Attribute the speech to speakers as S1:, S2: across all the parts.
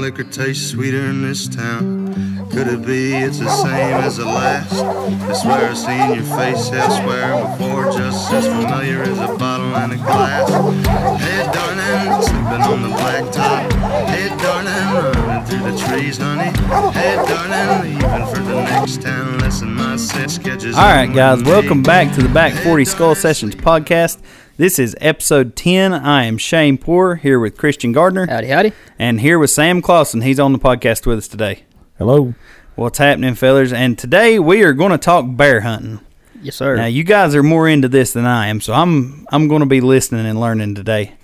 S1: liquor tastes sweeter in this town. Could it be it's the same as the last? I swear I've seen your face elsewhere before, just as familiar as a bottle and a glass. Hey, darling, sleeping on the blacktop. Hey, darling, running through the trees, honey. Hey, darling, leaving for the next town. Listen, my sis catches.
S2: All right,
S1: up
S2: guys,
S1: with me.
S2: welcome back to the Back 40 Skull Sessions podcast. This is episode 10. I am Shane Poor here with Christian Gardner
S3: Howdy, howdy.
S2: and here with Sam Clausen. He's on the podcast with us today.
S4: Hello.
S2: What's happening, fellas? And today we are going to talk bear hunting.
S3: Yes, sir.
S2: Now, you guys are more into this than I am, so I'm I'm going to be listening and learning today.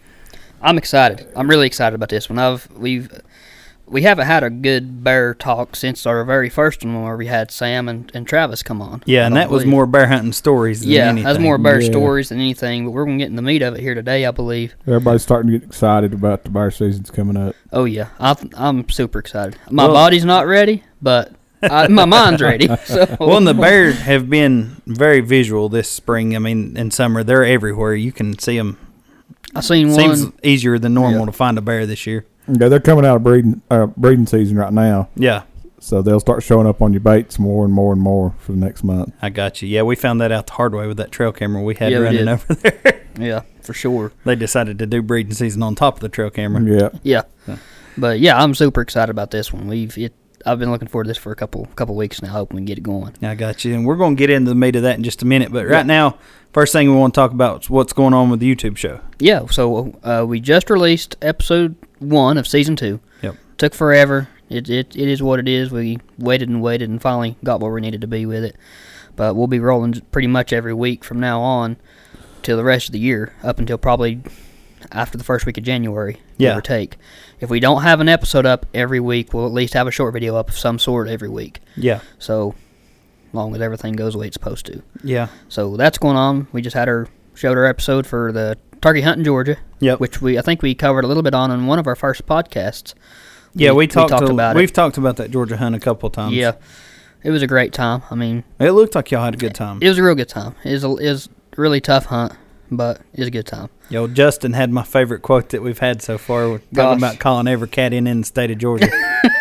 S3: I'm excited. I'm really excited about this one. I've we've we haven't had a good bear talk since our very first one where we had Sam and, and Travis come on.
S2: Yeah,
S3: I
S2: and
S3: don't
S2: that was
S3: believe.
S2: more bear hunting stories than
S3: Yeah,
S2: anything.
S3: that's more bear
S4: Yeah.
S3: stories than anything. But we're gonna get in the meat of it here today, I believe.
S4: Everybody's starting to get excited about the bar season's coming up.
S3: Oh yeah, I, I'm super excited. My
S2: Well-
S3: body's not ready, but I, my mind's ready. So
S2: Well, and the bears have been very visual this spring. I mean, in summer, they're everywhere. You can see them.
S3: I seen one.
S2: Seems easier than normal
S3: Yeah.
S2: to find a bear this year.
S4: Yeah, they're coming out of breeding uh, breeding season right now,
S2: Yeah,
S4: so they'll start showing up on your baits more and more and more for the next month.
S2: I got you. Yeah, we found that out the hard way with that trail camera we had
S3: Yeah, we
S2: running
S3: did.
S2: over there.
S3: yeah, for sure.
S2: they decided to do breeding season on top of the trail camera.
S4: Yeah,
S3: Yeah,
S2: So.
S3: but yeah, I'm super excited about this one. We've it. I've been looking forward to this for a couple couple weeks now. Hoping we can get it going.
S2: I got you. And we're going to get into the meat of that in just a minute. But right now, first thing we want to talk about is what's going on with the YouTube show.
S3: Yeah, so uh, we just released episode one of season two.
S2: Yep.
S3: Took forever. It, it it is what it is. We waited and waited and finally got where we needed to be with it. But we'll be rolling pretty much every week from now on till the rest of the year, up until probably after the first week of January, give
S2: Yeah.
S3: or take. If we don't have an episode up every week, we'll at least have a short video up of some sort every week.
S2: Yeah.
S3: So long as everything goes the way it's supposed to.
S2: Yeah.
S3: So that's going on. We just had our showed our episode for the turkey hunt in Georgia.
S2: Yep.
S3: Which we I think we covered a little bit on in one of our first podcasts.
S2: Yeah, we, talked, a-
S3: about
S2: We've
S3: it.
S2: talked about that Georgia hunt a couple times.
S3: Yeah. It was a great time. I mean,
S2: It looked like y'all had a good time.
S3: it was a real good time. It was a, it was a really tough hunt, but it was a good time.
S2: Yo, Justin had my favorite quote that we've had so far. We're
S3: Gosh.
S2: talking about calling every cat in in the state of Georgia.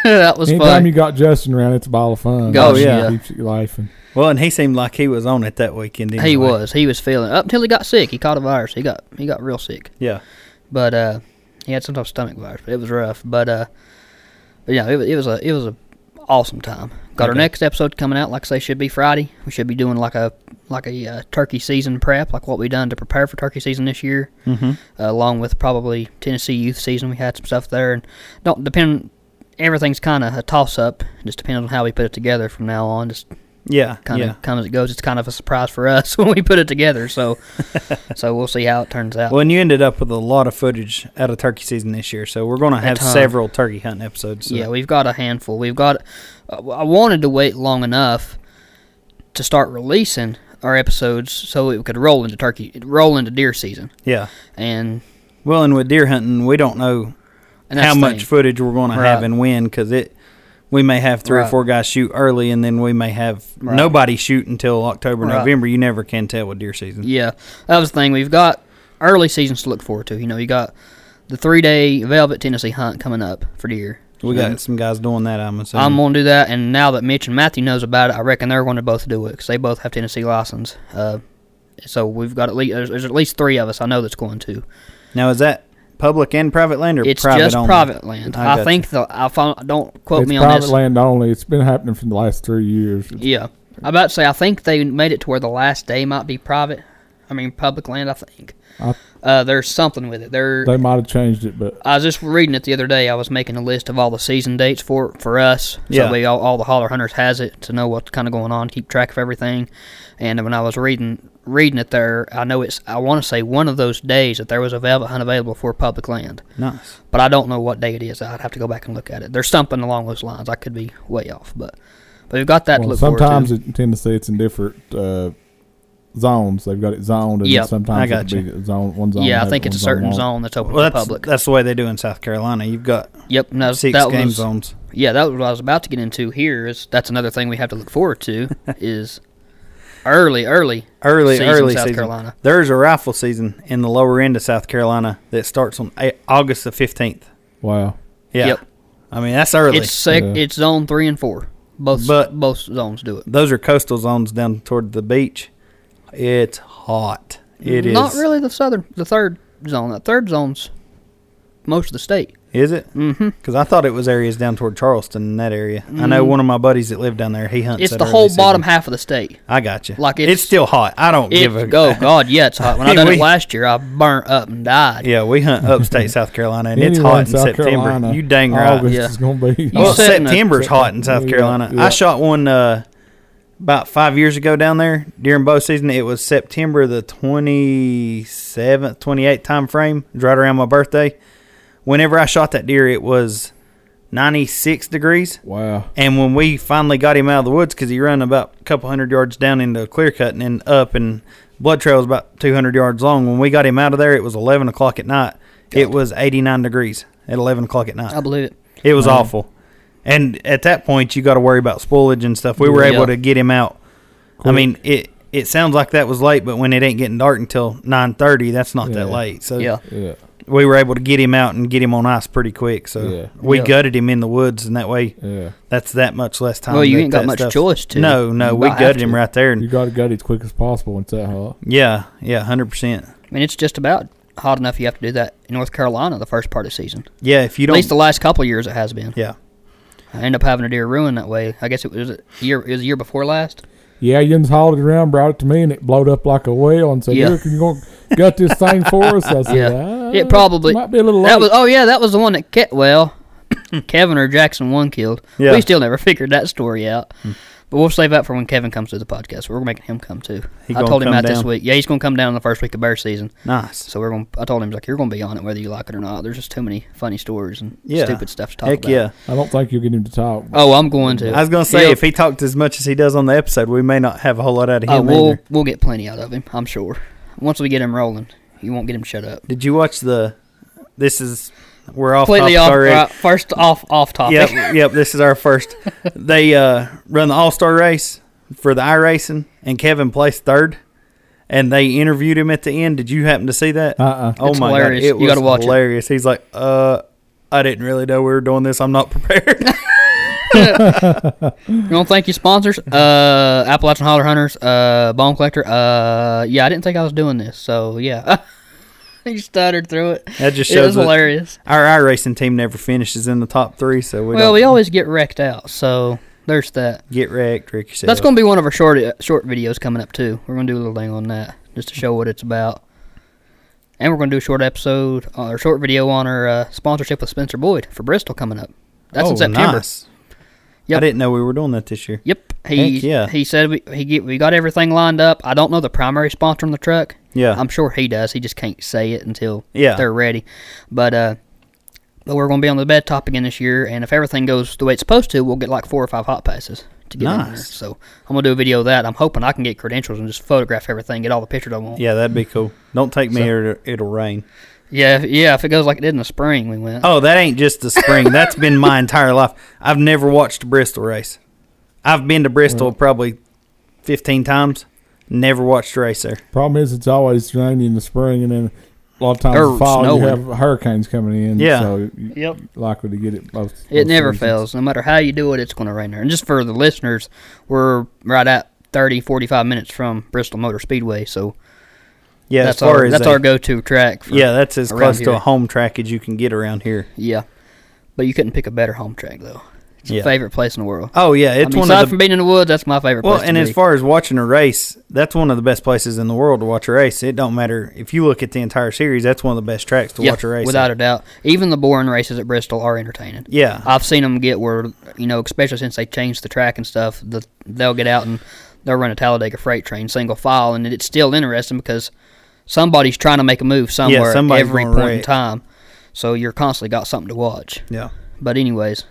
S3: that was
S4: anytime
S3: fun.
S4: you got Justin around, it's a ball of fun.
S3: Oh,
S4: It
S2: yeah.
S4: keeps you life and
S2: well, and he seemed like he was on it that weekend. Anyway.
S3: he was. He was feeling up until he got sick. He caught a virus. He got he got real sick.
S2: Yeah.
S3: But uh he had some type of stomach virus, but it was rough. But uh but yeah, it was it was a it was a awesome time. Got our
S2: Okay.
S3: next episode coming out, like I say, should be Friday. We should be doing like a like a uh, turkey season prep, like what we done to prepare for turkey season this year,
S2: Mm-hmm.
S3: uh, along with probably Tennessee youth season. We had some stuff there, and don't depend. Everything's kind of a toss up. Just depends on how we put it together from now on. Just
S2: Yeah.
S3: kind of
S2: yeah.
S3: come as it goes. It's kind of a surprise for us when we put it together. So, so we'll see how it turns out.
S2: Well, and you ended up with a lot of footage out of turkey season this year, so we're going to have
S3: ton.
S2: several turkey hunting episodes. so-
S3: Yeah, we've got a handful. We've got. Uh, I wanted to wait long enough to start releasing our episodes so it could roll into turkey, roll into deer season,
S2: yeah.
S3: and
S2: Well, and with deer hunting, we don't know
S3: and that's
S2: how
S3: the
S2: much
S3: thing.
S2: footage we're going to have
S3: Right.
S2: and when because it we may have three or
S3: Right.
S2: four guys shoot early and then we may have
S3: Right.
S2: nobody shoot until october
S3: Right.
S2: november you never can tell with deer season
S3: Yeah, that was the thing. We've got early seasons to look forward to. You know, you got the three day Velvet Tennessee hunt coming up for deer.
S2: we got
S3: And
S2: some guys doing that i'm assuming
S3: I'm gonna do that, and now that Mitch and Matthew knows about it, I reckon they're going to both do it because they both have Tennessee license. Uh, so we've got at least there's, there's at least three of us I know that's going to.
S2: now is that public and private land or
S3: It's
S2: private
S3: just
S2: only?
S3: private land.
S2: I
S3: I,
S2: gotcha.
S3: think the I found, don't quote
S4: it's
S3: me on
S4: private
S3: this.
S4: land only. It's been happening for the last three years.
S3: Yeah, I'm about to say I think they made it to where the last day might be private. I mean public land. I think
S4: I-
S3: uh, there's something with it. There,
S4: They might have changed it, but
S3: I was just reading it the other day. I was making a list of all the season dates for for us,
S2: Yeah.
S3: so we all, all the holler hunters has it to know what's kind of going on, keep track of everything. And when I was reading reading it there, I know it's I want to say one of those days that there was a velvet hunt available for public land.
S2: nice
S3: but I don't know what day it is. I'd have to go back and look at it. There's something along those lines. I could be way off, but but we've got that to
S4: well,
S3: look
S4: sometimes
S3: forward
S4: in Tennessee it's in different uh, zones. They've got it zoned, and
S3: Yep,
S2: I
S4: sometimes
S2: got
S4: it
S2: you.
S4: could be zone one
S3: to.
S4: zone.
S3: yeah, I
S4: has
S3: think
S4: it,
S3: it's a
S4: one
S3: certain
S4: won't.
S3: zone that's open
S2: well
S3: to
S2: that's
S3: public.
S2: that's the way they do in south carolina you've got
S3: Yep, no,
S2: six
S3: that
S2: game
S3: was
S2: zones
S3: yeah, that was what I was about to get into here. Is that's another thing we have to look forward to is early, early,
S2: early
S3: season
S2: early
S3: South
S2: season.
S3: Carolina.
S2: there's a rifle season in the lower end of south carolina that starts on A- august the 15th
S4: Wow.
S2: yeah
S3: Yep.
S2: I mean, that's early.
S3: It's sec-
S4: Yeah.
S3: it's zone three and four. Both
S2: But-
S3: both zones do it.
S2: Those are coastal zones down toward the beach. It's hot. It is
S3: Not really the southern, the third zone. The third zone's most of the state.
S2: Is it? Mm-hmm. Because I thought it was areas down toward Charleston in that area. I know one of my buddies that lived down there. He hunts.
S3: Mm. It's
S2: that
S3: the
S2: early
S3: whole
S2: season.
S3: bottom half of the state.
S2: I got you.
S3: Like,
S2: it's,
S3: it's-
S2: still hot. I don't
S3: It,
S2: give a
S3: oh God, yeah, it's hot. When I done
S2: We-
S3: it last year, I burnt up and died.
S2: Yeah, we hunt upstate South Carolina, and it's
S4: Anyway,
S2: hot in
S4: South
S2: September.
S4: Carolina,
S2: you dang right.
S4: August
S3: Yeah.
S4: is gonna be.
S3: You
S2: Well,
S3: said in a-
S2: September's hot in South
S4: Yeah,
S2: Carolina.
S4: yeah.
S2: I shot one uh, about five years ago down there during bow season. It was September the twenty seventh, twenty eighth time frame, It was right around my birthday. Whenever I shot that deer, it was ninety six degrees.
S4: wow.
S2: And when we finally got him out of the woods, because he ran about a couple hundred yards down into a clear cut and then up, and blood trail was about 200 yards long. When we got him out of there, it was 11 o'clock at night. It was 89 degrees at 11 o'clock at night.
S3: I believe it.
S2: It was awful. And at that point, you got to worry about spoilage and stuff. We were
S3: Yeah.
S2: able to get him out. I mean, it it sounds like that was late, but when it ain't getting dark until 9:30, that's not that
S4: Yeah.
S2: late. So
S3: Yeah.
S4: Yeah.
S2: we were able to get him out and get him on ice pretty quick. So
S4: Yeah.
S2: we
S3: Yeah.
S2: gutted him in the woods, and that way
S4: Yeah.
S2: that's that much less time.
S3: Well, you
S2: that-
S3: ain't got
S2: that
S3: much
S2: stuff-
S3: choice to.
S2: No, no,
S3: You
S2: we
S3: might have
S2: gutted him
S3: to.
S2: right there.
S4: You
S2: And,
S4: got to gut it as quick as possible when it's that hot.
S2: yeah, yeah, hundred percent.
S3: I mean, it's just about hot enough you have to do that in North Carolina the first part of the season.
S2: Yeah, if you
S3: At
S2: don't,
S3: least the last couple of years it has been.
S2: yeah,
S3: I end up having a deer ruined that way. I guess it was a year. It was a year before last.
S4: Yeah, Jens hauled it around, brought it to me, and it blowed up like a whale and said,
S3: Yeah.
S4: Here, can you go gut this thing for us? I said,
S3: Yeah.
S4: "Ah,
S3: It probably-
S4: might be a little
S3: That was
S4: late."
S3: oh yeah, that was the one that kept well. Kevin or Jackson one killed.
S2: Yeah. Hmm.
S3: We still never figured that story out. But we'll save that for when Kevin comes to the podcast. We're making him come too.
S2: He
S3: I
S2: gonna
S3: told him
S2: come
S3: that this
S2: down?
S3: week. Yeah, he's gonna come down the first week of bear season.
S2: nice.
S3: So we're gonna. I told him like you're gonna be on it whether you like it or not. There's just too many funny stories and
S2: Yeah.
S3: stupid stuff to talk
S2: Heck
S3: about.
S2: yeah.
S4: I don't think you'll get him to talk.
S3: Oh, I'm going to.
S2: I was gonna say
S3: He'll-
S2: if he talked as much as he does on the episode, we may not have a whole lot out of
S3: uh,
S2: him
S3: we'll
S2: either.
S3: we'll get plenty out of him. I'm sure. Once we get him rolling, you won't get him shut up.
S2: Did you watch the? This is we're off
S3: Completely
S2: topic
S3: off.
S2: already.
S3: right, first off off topic.
S2: Yep, yep. This is our first. They uh, run the All Star race for the iRacing, and Kevin placed third. And they interviewed him at the end. Did you happen to see that?
S4: Uh-uh.
S2: Oh
S3: It's
S2: my
S3: hilarious.
S2: god, it
S3: You
S2: was
S3: gotta watch it.
S2: hilarious. He's like, uh, I didn't really know we were doing this. I'm not prepared.
S3: You don't thank you sponsors, uh, Appalachian Holler Hunters, uh, Bone Collector. Uh, yeah, I didn't think I was doing this, so yeah. he stuttered through it.
S2: that just
S3: It was
S2: shows that
S3: hilarious.
S2: our iRacing team never finishes in the top three, so we
S3: well,
S2: don't
S3: we always get wrecked out, so there's that.
S2: get wrecked. Rick yourself.
S3: That's going to be one of our short uh, short videos coming up too. We're going to do a little thing on that just to show what it's about, and we're going to do a short episode or short video on our uh, sponsorship with Spencer Boyd for Bristol coming up. That's in
S2: Oh,
S3: September.
S2: nice. I
S3: Yep.
S2: didn't know we were doing that this year.
S3: Yep. He
S2: Heck yeah.
S3: he said we he get, we got everything lined up. I don't know the primary sponsor on the truck.
S2: Yeah.
S3: I'm sure he does. He just can't say it until
S2: Yeah.
S3: they're ready. But uh but we're going to be on the bed top again this year, and if everything goes the way it's supposed to, we'll get like four or five hot passes to get in there.
S2: Nice.
S3: So I'm gonna do a video of that. I'm hoping I can get credentials and just photograph everything, get all the pictures I want.
S2: yeah, that'd be cool. Don't take me
S3: So-
S2: here; it'll- it'll rain.
S3: yeah, if, yeah. If it goes like it did in the spring, we went.
S2: Oh, that ain't just the spring. That's been my entire life. I've never watched a Bristol race. I've been to Bristol
S3: Mm.
S2: probably 15 times. Never watched a race there.
S4: Problem is, it's always raining in the spring, and then a lot of times
S3: Or
S4: in the fall you
S3: snowing.
S4: have hurricanes coming in.
S2: Yeah.
S4: So you-
S3: Yep.
S4: you're likely to get it most.
S3: It
S4: most
S3: never
S4: seasons.
S3: fails. No matter how you do it, it's going to rain there. And just for the listeners, we're right at 30, 45 minutes from Bristol Motor Speedway. So
S2: Yeah,
S3: that's
S2: as far
S3: our,
S2: as
S3: that's
S2: a-
S3: our go to track. For,
S2: Yeah, that's as
S3: around
S2: close to
S3: here.
S2: a home track as you can get around here.
S3: Yeah. But you couldn't pick a better home track, though. It's
S2: Yeah.
S3: your favorite place in the world.
S2: Oh yeah,
S3: I
S2: it's
S3: mean,
S2: one
S3: aside
S2: of the
S3: from being in the woods, that's my favorite
S2: well,
S3: place.
S2: and
S3: to
S2: as
S3: be.
S2: far as watching a race, that's one of the best places in the world to watch a race. It don't matter if you look at the entire series; that's one of the best tracks to
S3: yeah,
S2: watch a race.
S3: without
S2: at.
S3: a doubt. Even the boring races at Bristol are entertaining.
S2: Yeah,
S3: I've seen them get where you know, especially since they changed the track and stuff, the, they'll get out and they'll run a Talladega freight train single file, and it's still interesting because somebody's trying to make a move somewhere at
S2: somebody's
S3: every
S2: gonna
S3: point in
S2: wreck.
S3: time. So you're constantly got something to watch.
S2: yeah.
S3: But anyways,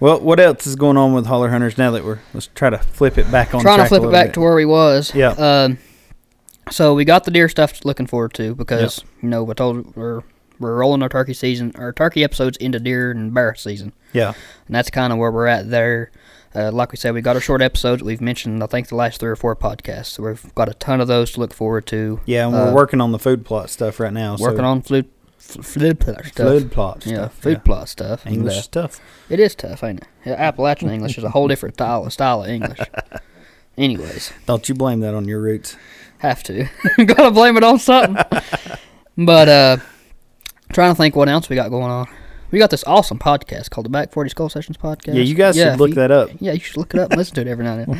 S2: Well, what else is going on with holler hunters now that we're let's try to flip it back on
S3: trying to
S2: track a
S3: flip it
S2: little
S3: back
S2: bit.
S3: to where we was.
S2: Yeah.
S3: Um, so we got the deer stuff looking forward to because you know we told we're we're rolling our turkey season, our turkey episodes into deer and bear season.
S2: yeah
S3: And that's kind of where we're at there. Uh, like we said, we got our short episodes. We've mentioned, I think, the last three or four podcasts. So we've got a ton of those to look forward to.
S2: yeah. And we're
S3: Uh,
S2: working on the food plot stuff right now.
S3: Working
S2: so
S3: on food, f- flood plot stuff.
S2: Flood plot
S3: yeah,
S2: stuff,
S3: food
S2: yeah.
S3: plot stuff. and,
S2: English
S3: uh,
S2: stuff.
S3: It is tough, ain't it? Yeah, Appalachian English is a whole different style, style of English. Anyways,
S2: Don't you blame that on your roots?
S3: have to. Gotta blame it on something. but uh trying to think what else we got going on. We got this awesome podcast called the Back 40 Skull Sessions Podcast.
S2: Yeah, you guys
S3: if
S2: should look
S3: you-
S2: that up.
S3: Yeah, you should look it up and listen to it every now and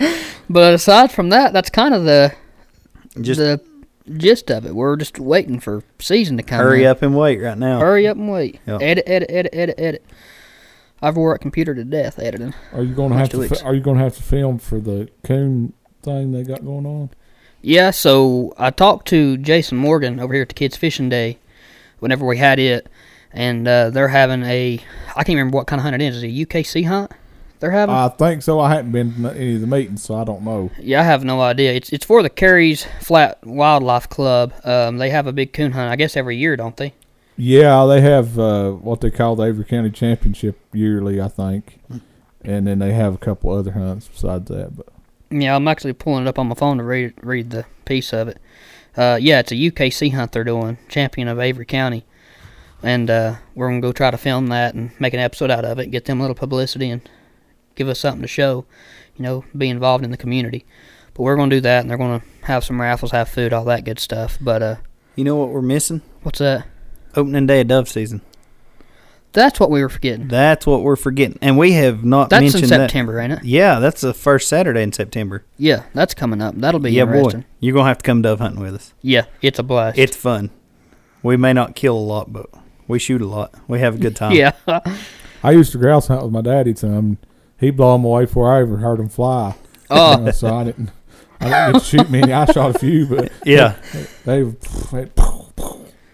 S3: then. but aside from that, that's kind of the
S2: Just
S3: the gist of it. We're just waiting for season to come.
S2: hurry
S3: in.
S2: up and wait right now.
S3: Hurry up and wait.
S2: Yeah.
S3: Edit, edit, edit, edit, edit. I've worked computer to death editing.
S4: Are you going to
S3: Next
S4: have
S3: two
S4: to?
S3: weeks.
S4: Fi- are you going to have to film for the coon thing they got going on?
S3: Yeah, so I talked to Jason Morgan over here at the Kids Fishing Day whenever we had it, and uh, they're having a I can't remember what kind of hunt it is. Is it a UKC hunt they're having?
S4: I think so. I haven't been to any of the meetings, so I don't know.
S3: yeah, I have no idea. It's it's for the Carey's Flat Wildlife Club. Um, they have a big coon hunt, I guess, every year, don't they?
S4: Yeah, they have uh, what they call the Avery County Championship yearly, I think, and then they have a couple other hunts besides that. But
S3: Yeah, I'm actually pulling it up on my phone to read read the piece of it. Uh, yeah, it's a UKC hunt they're doing, champion of Avery County, and uh, we're gonna go try to film that and make an episode out of it, get them a little publicity and give us something to show, you know, be involved in the community. But we're gonna do that, and they're gonna have some raffles, have food, all that good stuff. But uh,
S2: You know what we're missing?
S3: what's that?
S2: Opening day of dove season.
S3: That's what we were forgetting.
S2: That's what we're forgetting, and we have not
S3: That's
S2: mentioned
S3: in
S2: that.
S3: September, ain't it?
S2: Yeah, that's the first Saturday in September.
S3: Yeah, that's coming up. That'll be
S2: yeah,
S3: interesting.
S2: boy, you're gonna have to come dove hunting with us.
S3: Yeah, it's a blast.
S2: It's fun. We may not kill a lot, but we shoot a lot. We have a good time.
S3: yeah,
S4: I used to grouse hunt with my daddy, and he blew them away before I ever heard them fly.
S3: Oh.
S4: Uh, so I didn't. I didn't get to shoot many. I shot a few, but
S2: yeah.
S4: they, they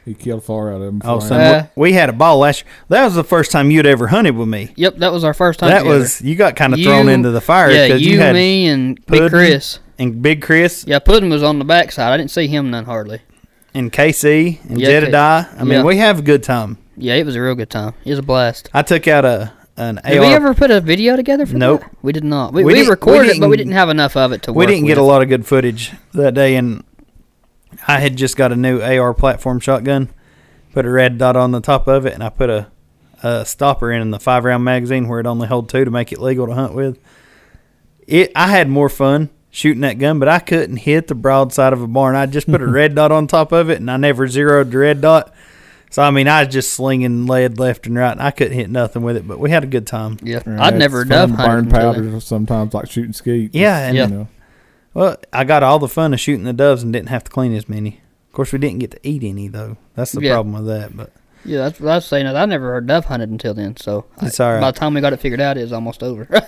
S4: he killed far out of them.
S2: Oh, son,
S4: before I-
S3: Uh,
S2: we we had a ball last year. That was the first time you'd ever hunted with me.
S3: yep. That was our first time.
S2: That
S3: together.
S2: was you got kind of
S3: You-
S2: thrown into the fire
S3: Yeah,
S2: because
S3: you,
S2: you, had
S3: me, and Big
S2: Puddin'.
S3: Chris.
S2: and Big Chris
S3: Yeah, Puddin was on the backside. I didn't see him none hardly.
S2: and KC and
S3: Yeah, K-
S2: Jedediah. I mean,
S3: yeah.
S2: we have a good time.
S3: Yeah, it was a real good time. It was a blast.
S2: I took out a an
S3: Did
S2: AR.
S3: we ever put a video together for
S2: Nope.
S3: that? We did not. We,
S2: We
S3: we,
S2: didn't- we
S3: recorded it, but we
S2: didn't-
S3: didn't have enough of it to
S2: we
S3: work
S2: didn't get a
S3: with.
S2: lot of good footage that day, and I had just got a new AR platform shotgun, put a red dot on the top of it, and I put a, a stopper in in the five round magazine where it only held two to make it legal to hunt with. It I had more fun shooting that gun, but I couldn't hit the broadside of a barn. I just put a red dot on top of it, and I never zeroed the red dot. So I mean, I was just slinging lead left and right, and I couldn't hit nothing with it. But we had a good time.
S3: Yeah,
S4: Yeah,
S3: I'd
S4: it's
S3: never
S4: fun
S3: dove
S4: to
S3: hunted.
S4: burn
S3: until
S4: powder sometimes, like shooting skeet.
S2: Yeah, and-
S3: Yeah.
S4: You know,
S2: Well, I got all the fun of shooting the doves and didn't have to clean as many. Of course, we didn't get to eat any though. That's the
S3: Yeah.
S2: problem with that. But
S3: then. Yeah, that's what I was saying. I never heard dove hunted until then. So I-
S2: It's all right.
S3: by the time we got it figured out, it was almost over.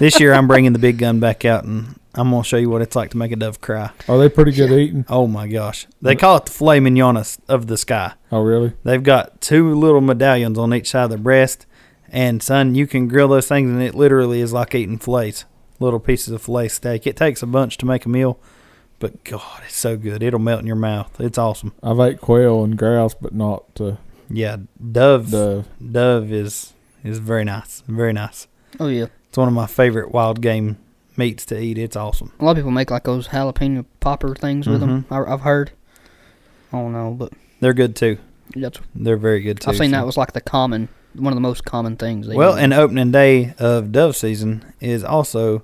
S2: this year, I'm bringing the big gun back out, and I'm gonna show you what it's like to make a dove cry.
S4: are they pretty good eating?
S2: Oh my gosh! They call it the filet mignon of- of the sky.
S4: Oh, really?
S2: They've got two little medallions on each side of their breast, and son, you can grill those things, and it literally is like eating fillets, little pieces of fillet steak. It takes a bunch to make a meal, but God, it's so good. It'll melt in your mouth. It's awesome.
S4: I've ate quail and grouse, but not uh,
S2: Yeah, dove.
S4: dove.
S2: dove is is very nice, very nice.
S3: oh yeah,
S2: It's one of my favorite wild game meats to eat. It's awesome.
S3: a lot of people make like those jalapeno popper things with them.
S2: Mm-hmm.
S3: I, I've heard. I don't know, but
S2: They're good too.
S3: that's
S2: They're very good too.
S3: I've seen
S2: so-
S3: that was like the common, one of the most common things. they
S2: Well,
S3: do.
S2: and opening day of dove season is also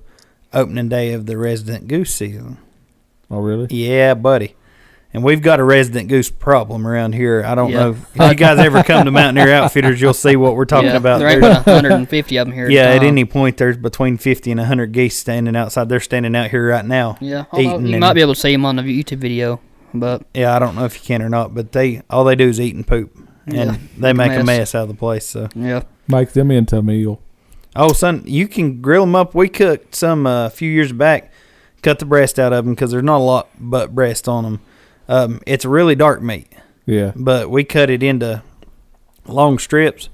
S2: opening day of the resident goose season.
S4: Oh, really?
S2: Yeah, buddy. And we've got a resident goose problem around here. I don't
S3: Yeah.
S2: know if you guys ever come to Mountaineer Outfitters, you'll see what we're talking
S3: Yeah,
S2: about.
S3: There ain't
S2: There's-
S3: but 150 of them here.
S2: yeah,
S3: at, a
S2: at
S3: time.
S2: any point there's between 50 and 100 geese standing outside. They're standing out here right now.
S3: Yeah,
S2: eating
S3: although you
S2: and-
S3: might be able to see him on the YouTube video, but
S2: Yeah, I don't know if you can or not, but they all they do is eat and poop, and
S3: Yeah,
S2: they make a
S3: mess.
S2: mess out of the place. So,
S3: yeah,
S4: Make them into a meal.
S2: oh son, you can grill them up. We cooked some uh, a few years back, cut the breast out of them because there's not a lot but breast on them. Um, it's really dark meat,
S4: Yeah.
S2: but we cut it into long strips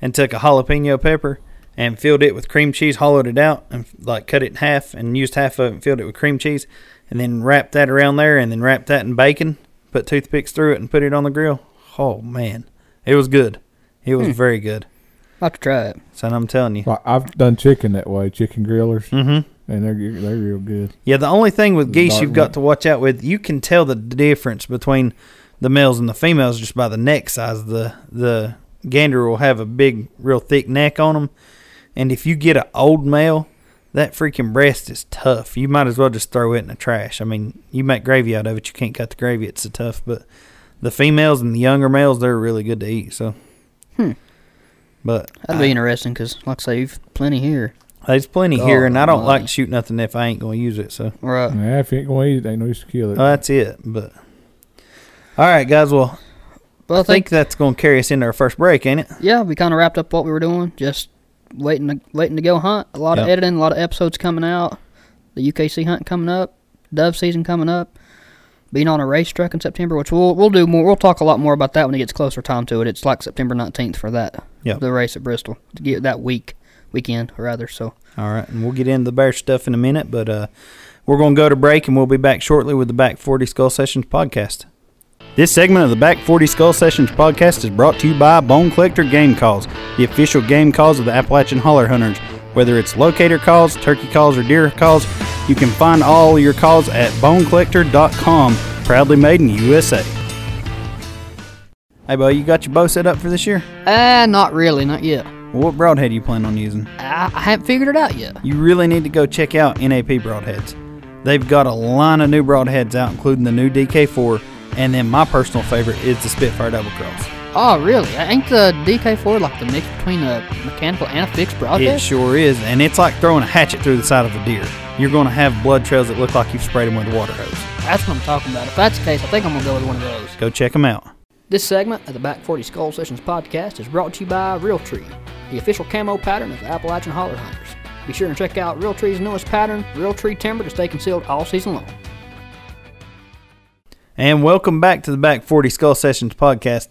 S2: and took a jalapeno pepper and filled it with cream cheese, hollowed it out, and like cut it in half and used half of it and filled it with cream cheese, and then wrapped that around there and then wrapped that in bacon, put toothpicks through it and put it on the grill. Oh man, it was good. It was very good.
S3: I have to try it.
S2: So I'm telling you,
S4: Like I've done chicken that way, chicken grillers.
S2: mm-hmm.
S4: and they're they're real good.
S2: Yeah, the only thing with
S4: The
S2: geese
S4: dark
S2: you've got
S4: meat.
S2: to watch out with, you can tell the difference between the males and the females just by the neck size. The the gander will have a big, real thick neck on them, and if you get an old male, that freaking breast is tough. You might as well just throw it in the trash. I mean, you make gravy out of it, you can't cut the gravy; it's so tough. But the females and the younger males, they're really good to eat. So,
S3: Hmm.
S2: But
S3: That'd
S2: I-
S3: be interesting because, like I say, you've plenty here.
S2: there's plenty here, and I don't like
S3: Golly.
S2: to shoot nothing if I ain't gonna use it. So.
S3: Right.
S4: Nah, if you ain't gonna eat it, ain't no use to kill it.
S2: Well, Oh, that's it. But all right, guys. Well,
S3: Well,
S2: I think that's going to carry us into our first break, ain't it?
S3: yeah, we kind of wrapped up what we were doing. Just waiting to waiting to go hunt. A lot of
S4: Yeah.
S3: editing, a lot of episodes coming out. The UKC hunt coming up, dove season coming up. Being on a race truck in September, which we'll we'll do more. We'll talk a lot more about that when it gets closer time to it. It's like September nineteenth for that.
S2: Yeah.
S3: The race at Bristol to get that week weekend rather. So
S2: All right, and we'll get into the bear stuff in a minute, but uh, we're going to go to break, and we'll be back shortly with the Back Forty Skull Sessions podcast. This segment of the Back 40 Skull Sessions podcast is brought to you by Bone Collector Game Calls, the official game calls of the Appalachian Holler Hunters. Whether it's locator calls, turkey calls, or deer calls, you can find all your calls at bonecollector.com, proudly made in the USA. Hey, Bo, you got your bow set up for this year?
S3: ah, not really, not yet.
S2: What broadhead you plan on using?
S3: I, I haven't figured it out yet.
S2: you really need to go check out NAP Broadheads. They've got a line of new broadheads out, including the new DK4, and then my personal favorite is the Spitfire Double Cross.
S3: Oh, really? Ain't the DK4 like the mix between a mechanical and a fixed
S2: It
S3: broadhead?
S2: sure is, and it's like throwing a hatchet through the side of a deer. You're going to have blood trails that look like you've sprayed them with a water hose.
S3: That's what I'm talking about. If that's the case, I think I'm gonna go with one of those.
S2: Go check them out.
S3: This segment of the Back 40 Skull Sessions podcast is brought to you by Realtree, the official camo pattern of the Appalachian Holler Hunters. Be sure and check out Realtree's newest pattern, Realtree Timber, to stay concealed all season long.
S2: And welcome back to the Back 40 Skull Sessions podcast.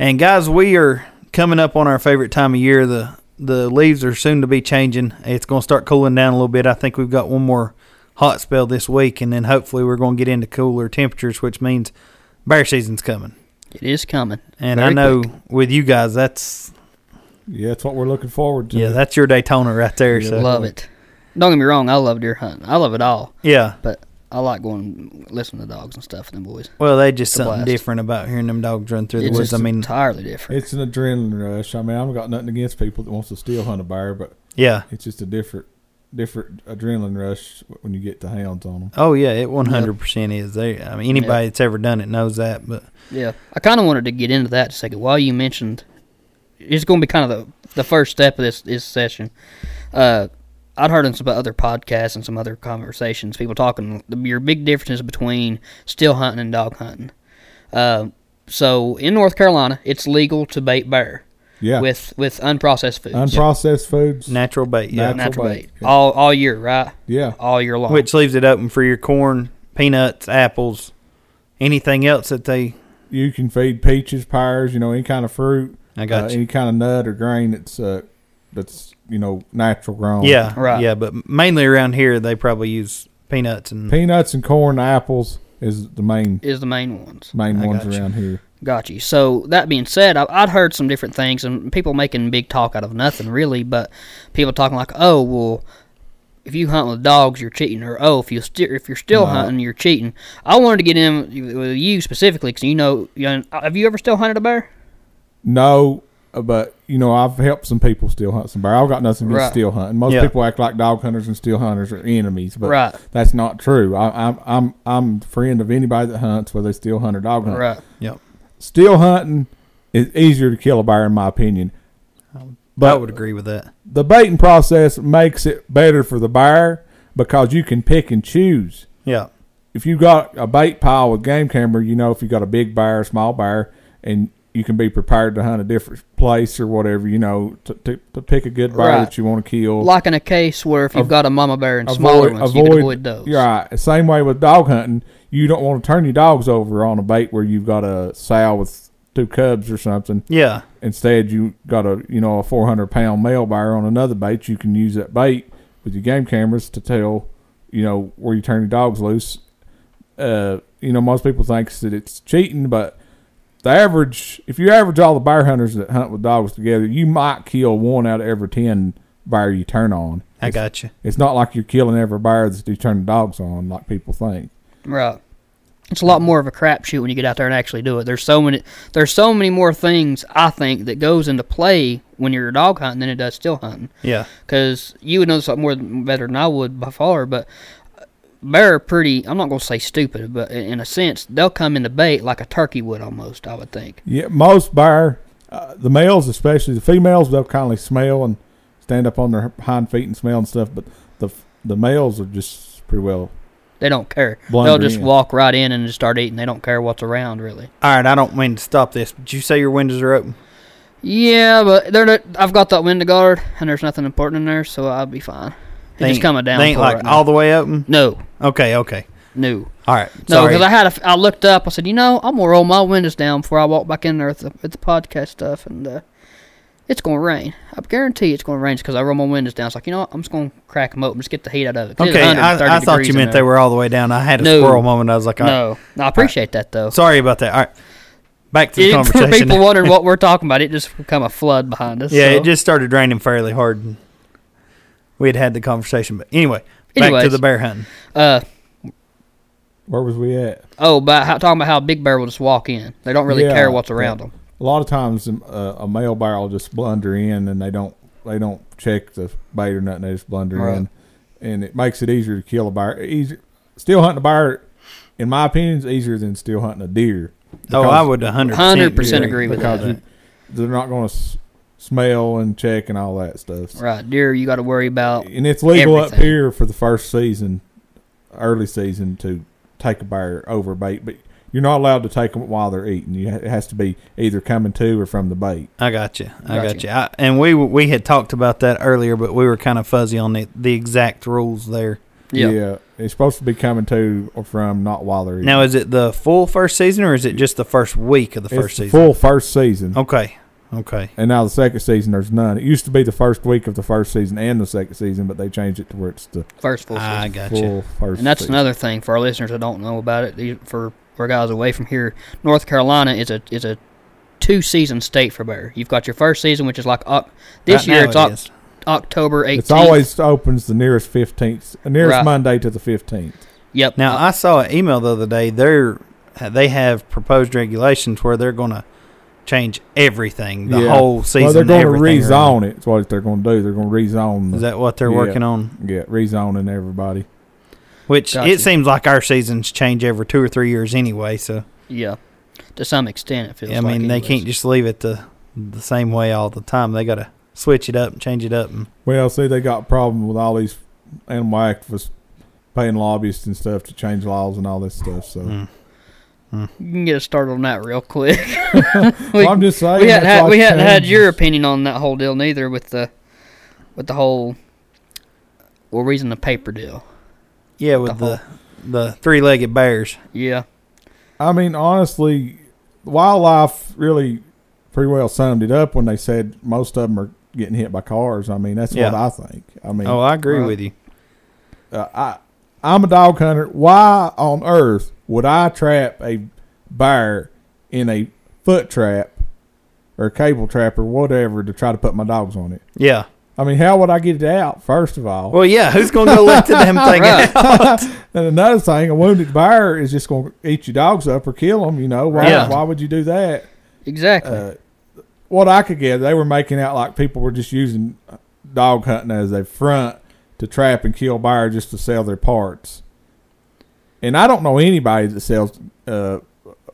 S2: And guys, we are coming up on our favorite time of year. The the leaves are soon to be changing. It's going to start cooling down a little bit. I think we've got one more hot spell this week and then hopefully we're going to get into cooler temperatures, which means bear season's coming.
S3: It is coming.
S2: And
S3: Very
S2: I know with you guys that's
S4: Yeah, that's what we're looking forward to.
S2: yeah, that's your Daytona right there.
S4: Yeah.
S2: so
S3: Love it. Don't get me wrong, I love deer hunting. I love it all,
S2: yeah.
S3: but I like going listen to dogs and stuff and the boys.
S2: Well, they just
S3: It's a
S2: something
S3: blast.
S2: different about hearing them dogs run through
S3: It's
S2: the woods.
S3: just
S2: I mean,
S3: entirely different.
S4: it's an adrenaline rush. I mean, I've got nothing against people that wants to steal hunt a bear, but
S2: yeah.
S4: it's just a different different adrenaline rush when you get the hounds on them.
S2: Oh yeah, it 100% is. They I mean anybody that's ever done it knows that, but
S3: Yeah, I kind of wanted to get into that in a second. While you mentioned, it's going to be kind of the the first step of this this session. Uh, I'd heard in some other podcasts and some other conversations, people talking the, your big differences between still hunting and dog hunting. Uh, so in North Carolina, it's legal to bait bear
S4: Yeah,
S3: with with unprocessed food,
S4: unprocessed foods.
S2: Natural bait, yeah.
S4: Nat-
S3: natural
S4: bait,
S3: bait,
S4: yeah.
S3: all all year, right?
S4: Yeah,
S3: All year long.
S2: Which leaves it open for your corn, peanuts, apples, anything else that they.
S4: you can feed peaches, pears, you know, any kind of fruit,
S2: I got
S4: uh,
S2: you.
S4: any kind of nut or grain that's uh, that's you know natural grown.
S2: yeah,
S3: Right.
S2: Yeah, but mainly around here they probably use peanuts and
S4: peanuts and corn, apples is the main
S3: is the main ones.
S4: main
S2: I
S4: ones
S2: gotcha.
S4: around here.
S3: Got you. So that being said, I, I'd heard some different things and people making big talk out of nothing really, but people talking like, "Oh, well, if you hunt with dogs, you're cheating," or "Oh, if you sti if you're still
S4: Right.
S3: hunting, you're cheating." I wanted to get in with you specifically because you know, you know, have you ever still hunted a bear?
S4: No, uh, but you know, I've helped some people still hunt some bear. I've got nothing against
S3: Right.
S4: steel hunting. Most
S2: Yeah.
S4: people act like dog hunters and steel hunters are enemies, but
S3: Right.
S4: that's not true. I, I'm I'm I'm a friend of anybody that hunts, whether they steel hunt or dog hunt.
S3: Right.
S2: Yep.
S4: Steel hunting is easier to kill a bear, in my opinion.
S2: Um, I
S4: But-
S2: would agree with that.
S4: The baiting process makes it better for the bear because you can pick and choose.
S2: Yeah.
S4: If you got a bait pile with game camera, you know if you got a big bear, a small bear, and you can be prepared to hunt a different place or whatever, you know, to, to, to pick a good bear
S3: Right.
S4: that you want to kill.
S3: Like in a case where if you've
S4: Av-
S3: got a mama bear and smaller ones, you can avoid those.
S4: You're right. Same way with dog hunting, you don't want to turn your dogs over on a bait where you've got a sow with two cubs or something.
S2: Yeah.
S4: Instead, you got a you know a 400 pound male bear on another bait. You can use that bait with your game cameras to tell you know where you turn your dogs loose. Uh, you know most people thinks that it's cheating, but the average if you average all the bear hunters that hunt with dogs together, you might kill one out of every ten bear you turn on.
S2: I
S4: It's-
S2: got you.
S4: It's not like you're killing every bear that you turn the dogs on, like people think.
S3: Right. It's a lot more of a crapshoot when you get out there and actually do it. There's so many there's so many more things I think that goes into play when you're dog hunting than it does still hunting.
S2: Yeah.
S3: Because you would know this a lot more than- better than I would by far, but bear are pretty. I'm not gonna say stupid, but in in a sense, they'll come into bait like a turkey would almost. I would think.
S4: Yeah, most bear, uh, the males especially, the females they'll kindly smell and stand up on their hind feet and smell and stuff, but the the males are just pretty well.
S3: They don't care.
S4: Blunder
S3: they'll just
S4: in.
S3: walk right in and just start eating. They don't care what's around really.
S2: All right. I don't mean to stop this, but you say your windows are open.
S3: Yeah, but they're not, I've got that window guard and there's nothing important in there, so I'll be fine.
S2: They
S3: It's just
S2: ain't-
S3: coming down.
S2: They ain't like all the way open.
S3: no,
S2: Okay. Okay.
S3: no.
S2: All right.
S3: No,
S2: Sorry.
S3: because I had a f I looked up. I said, you know, I'm gonna roll my windows down before I walk back in there with the, with the podcast stuff, and uh, it's gonna rain. I guarantee it's gonna rain because I roll my windows down. It's like, you know, what? I'm just gonna crack them open, just get the heat out of it. 'Cause it's
S2: okay. I, I
S3: 130
S2: thought
S3: degrees
S2: you
S3: in
S2: meant
S3: there.
S2: they were all the way down. I had a
S3: No.
S2: squirrel moment. I was like, all right.
S3: No, I appreciate that though.
S2: Sorry about that. All right. Back to the
S3: It- for
S2: conversation.
S3: people wondering what we're talking about, it just become a flood behind us.
S2: yeah,
S3: so.
S2: it just started raining fairly hard. And we had had the conversation, but anyway, back to
S3: Anyways.
S2: the bear hunting.
S3: uh
S4: Where was we at?
S3: oh, but how, talking about how a big bear will just walk in. They don't really
S4: Yeah,
S3: care what's
S4: yeah.
S3: around them.
S4: A lot of times, um, uh, a male bear will just blunder in, and they don't they don't check the bait or nothing. They just blunder
S3: Right.
S4: in, and it makes it easier to kill a bear. Easy, still hunting a bear, in my opinion, is easier than still hunting a deer.
S2: Oh,
S4: Because-
S2: I would 100
S3: 100% agree with
S4: because
S3: that.
S4: you- they're not going to s- smell and check and all that stuff.
S3: Right, deer, you got to worry about.
S4: And it's legal up
S3: Oh, Everything.
S4: here for the first season, early season, to take a bear over bait, but you're not allowed to take them while they're eating. You ha- It has to be either coming to or from the bait.
S2: I got you. I got,
S3: Got
S2: you.
S3: you.
S2: I, and we we had talked about that earlier, but we were kind of fuzzy on the, the exact rules there.
S3: Yeah.
S4: It's supposed to be coming to or from, not while they're eating.
S2: Now, is it the full first season or is it just the first week of the
S4: it's
S2: first
S4: the
S2: season?
S4: full first season.
S3: Oh.
S2: Okay. Okay.
S4: And now the second season, there's none. It used to be the first week of the first season and the second season, but they changed it to where it's the
S3: First full season.
S2: I got you.
S4: full first.
S3: And that's
S4: season.
S3: another thing for our listeners that don't know about it. these- For for guys away from here, North Carolina is a is a two season state for bear. You've got your first season, which is like oc-
S2: Right
S3: this year.
S2: now
S3: It's
S2: it
S3: oc-
S2: is.
S3: October eighteenth.
S4: It's always opens the nearest fifteenth, uh, nearest
S3: Right.
S4: Monday to the fifteenth.
S3: yep. uh,
S2: Now, I saw an email the other day. They're they have proposed regulations where they're going to change everything, the
S4: Yeah.
S2: whole season.
S4: Well, they're going to
S2: everything
S4: rezone it. That's what they're going to do. They're going to rezone. The,
S2: Is that what they're
S4: Yeah.
S2: working on?
S4: yeah, rezoning everybody.
S2: Which
S3: Gotcha.
S2: it seems like our seasons change every two or three years anyway. So
S3: yeah, to some extent it feels.
S2: I mean,
S3: like
S2: they
S3: anyways.
S2: can't just leave it the the same way all the time. They got to switch it up and change it up. And
S4: Well, see, they got a problem with all these animal activists paying lobbyists and stuff to change laws and all this stuff. So
S2: Mm.
S3: You can get us started on that real quick.
S4: Well, I'm just saying.
S3: we hadn't
S4: that's
S3: had,
S4: all
S3: we hadn't had
S4: changed.
S3: your opinion on that whole deal neither with the with the whole well reason the paper deal.
S2: yeah, with
S3: The
S2: the the three legged bears.
S3: Yeah.
S4: I mean, honestly, wildlife really pretty well summed it up when they said most of them are getting hit by cars. I mean, that's what
S2: Yeah.
S4: I think. I mean,
S2: Oh, I agree
S3: Right.
S2: with you.
S4: uh, I I'm a dog hunter. Why on earth would I trap a bear in a foot trap or a cable trap or whatever to try to put my dogs on it?
S2: Yeah.
S4: I mean, how would I get it out? First of all,
S2: Well, yeah. Who's gonna go let the damn thing
S3: Right.
S2: out?
S4: and another thing, a wounded bear is just going to eat your dogs up or kill them. You know why?
S2: Yeah.
S4: Why would you do that?
S3: Exactly.
S4: Uh, what I could get, they were making out like people were just using uh, dog hunting as a front to trap and kill bear just to sell their parts. And I don't know anybody that sells uh,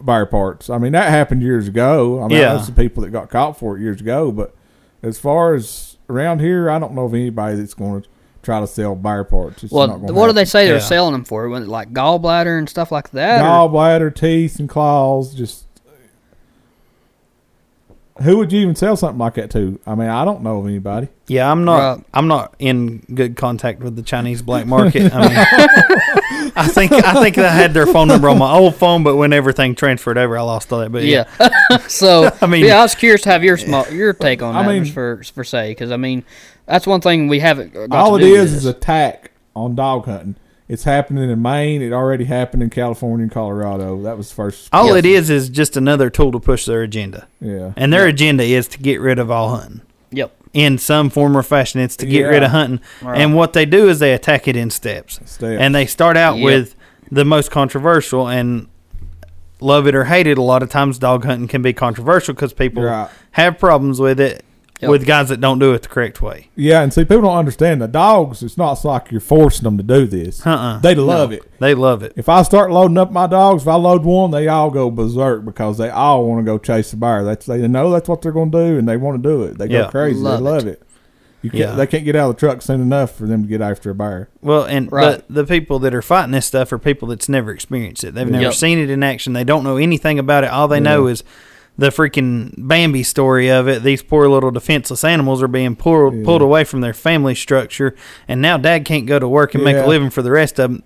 S4: bear parts. I mean, that happened years ago. I mean,
S2: Yeah.
S4: I know some people that got caught for it years ago. But as far as around here, I don't know of anybody that's going to try to sell bear parts. It's
S3: well,
S4: not gonna
S3: what do
S4: happen.
S3: they say they're
S2: Yeah.
S3: selling them for? Was it like gallbladder and stuff like that? or-
S4: Gallbladder, teeth, and claws. Just who would you even sell something like that to? I mean, I don't know of anybody.
S2: Yeah, I'm not.
S3: Right.
S2: I'm not in good contact with the Chinese black market. I mean, I think I think I had their phone number on my old phone, but when everything transferred over, I lost all that. But yeah,
S3: yeah. so
S2: I
S3: I
S2: mean-
S3: mean, yeah, I was curious to have your small, your take on
S4: I
S3: that
S4: mean-
S3: Mr. for for say because I mean, that's one thing we haven't. Got
S4: All
S3: to
S4: it
S3: do
S4: is
S3: with
S4: is
S3: this.
S4: attack on dog hunting. It's happening in Maine. It already happened in California and Colorado. That was the first.
S2: all
S3: Oh.
S2: it is is just another tool to push their agenda,
S4: Yeah.
S2: and their agenda is to get rid of all hunting.
S3: yep.
S2: in some form or fashion. It's to get
S4: Yeah.
S2: rid of hunting.
S3: Right.
S2: And what they do is they attack it in steps.
S4: Steps.
S2: And they start out
S3: Yep.
S2: with the most controversial and love it or hate it. A lot of times dog hunting can be controversial because people
S4: Right.
S2: have problems with it
S3: Yep.
S2: with guys that don't do it the correct way.
S4: Yeah, and see, people don't understand the dogs. It's not like you're forcing them to do this.
S2: Uh-uh.
S4: They love it.
S2: They love it.
S4: If I start loading up my dogs, if I load one, they all go berserk because they all want to go chase the bear. That's they know that's what they're going to do, and they want to do it. They go
S2: Yeah.
S4: crazy.
S3: Love
S4: they
S3: it.
S4: love it. You can't,
S2: Yeah.
S4: They can't get out of the truck soon enough for them to get after a bear.
S2: Well, and
S3: Right.
S2: the, the people that are fighting this stuff are people that's never experienced it. They've never
S3: Yep.
S2: seen it in action. They don't know anything about it. All they know is the freaking Bambi story of it. These poor little defenseless animals are being pulled pulled away from their family structure, and now Dad can't go to work and make a
S4: Yeah.
S2: living for the rest of them.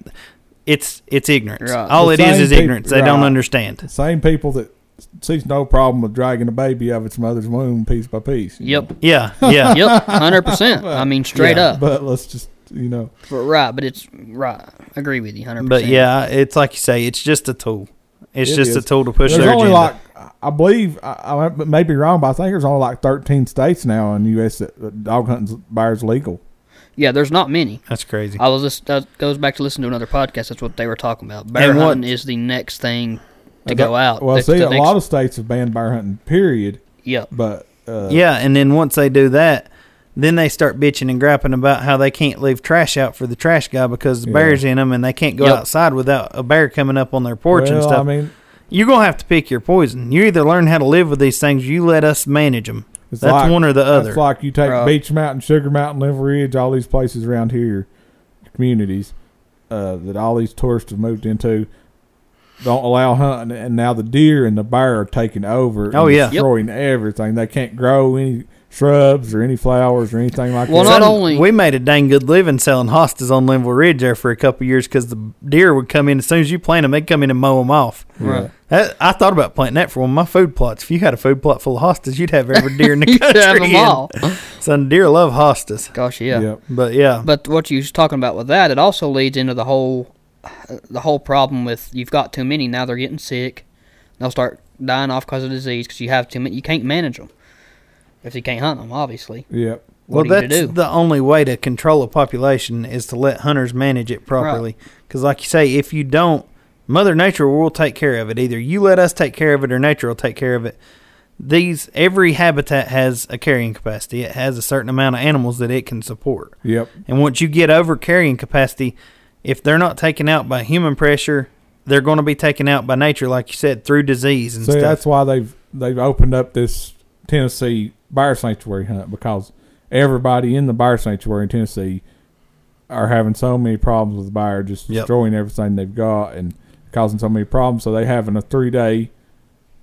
S2: It's it's ignorance.
S3: Right.
S2: All
S4: The
S2: it is
S4: same
S2: is
S4: peop-
S2: ignorance. They don't
S4: right.
S2: understand.
S4: Same people that sees no problem with dragging a baby out of its mother's womb piece by piece.
S3: Yep.
S2: Yeah, yeah,
S3: Yep. Hundred percent. I mean, straight
S2: Yeah,
S3: up.
S4: But let's just you know,
S3: But right, but it's right. Agree with you, hundred
S2: but
S3: percent.
S2: yeah, it's like you say. It's just a tool. It's
S4: It
S2: just a
S4: is.
S2: tool to push
S4: there's
S2: their
S4: only
S2: agenda.
S4: like I believe I, I may be wrong, but I think there's only like 13 states now in the U.S. that that dog hunting bears legal.
S3: yeah. There's not many.
S2: That's crazy.
S3: I was just, that goes back to listen to another podcast. That's what they were talking about. Bear
S2: And what-
S3: hunting is the next thing to go out.
S4: Well,
S3: That's
S4: see,
S3: the
S4: a
S3: next-
S4: lot of states have banned bear hunting. Period.
S3: Yep.
S4: But uh,
S2: Yeah, and then once they do that, then they start bitching and griping about how they can't leave trash out for the trash guy because the
S4: Yeah.
S2: bear's in them and they can't go
S3: Yep.
S2: outside without a bear coming up on their porch and
S4: well,
S2: stuff.
S4: I mean,
S2: You're going to have to pick your poison. You either learn how to live with these things, you let us manage them.
S4: It's
S2: That's
S4: like-
S2: one or the other.
S4: it's like you take
S3: Right.
S4: Beach Mountain, Sugar Mountain, Liver Ridge, all these places around here, communities uh, that all these tourists have moved into. Don't allow hunting, and now the deer and the bear are taking over. and
S2: Oh, yeah. Yep.
S4: destroying everything. They can't grow any shrubs or any flowers or anything like
S3: Well,
S4: that.
S3: not
S2: Son,
S3: only-
S2: we made a dang good living selling hostas on Linville Ridge there for a couple years because the deer would come in as soon as you plant them, they'd come in and mow them off.
S3: Right.
S2: That, I thought about planting that for one of my food plots. If you had a food plot full of hostas, you'd have every deer in the
S3: You
S2: country.
S3: have them
S2: in.
S3: all.
S2: Son, deer love hostas.
S3: Gosh, yeah.
S4: Yep.
S2: But yeah,
S3: But what you was talking about with that, it also leads into the whole, the whole problem with you've got too many now. They're getting sick. They'll start dying off because of disease because you have too many. You can't manage them if you can't hunt them. Obviously.
S4: Yep.
S3: What
S2: well,
S3: are you
S2: that's
S3: gonna do?
S2: the only way to control a population is to let hunters manage it properly. Because, like you say, if you don't, Mother Nature will take care of it. Either you let us take care of it, or nature will take care of it. These every habitat has a carrying capacity. It has a certain amount of animals that it can support.
S4: Yep.
S2: And once you get over carrying capacity, if they're not taken out by human pressure, they're going to be taken out by nature, like you said, through disease and
S4: So
S2: stuff.
S4: that's why they've they've opened up this Tennessee bear sanctuary hunt because everybody in the bear sanctuary in Tennessee are having so many problems with the bear, just
S2: Yep.
S4: destroying everything they've got and causing so many problems. So they having a three day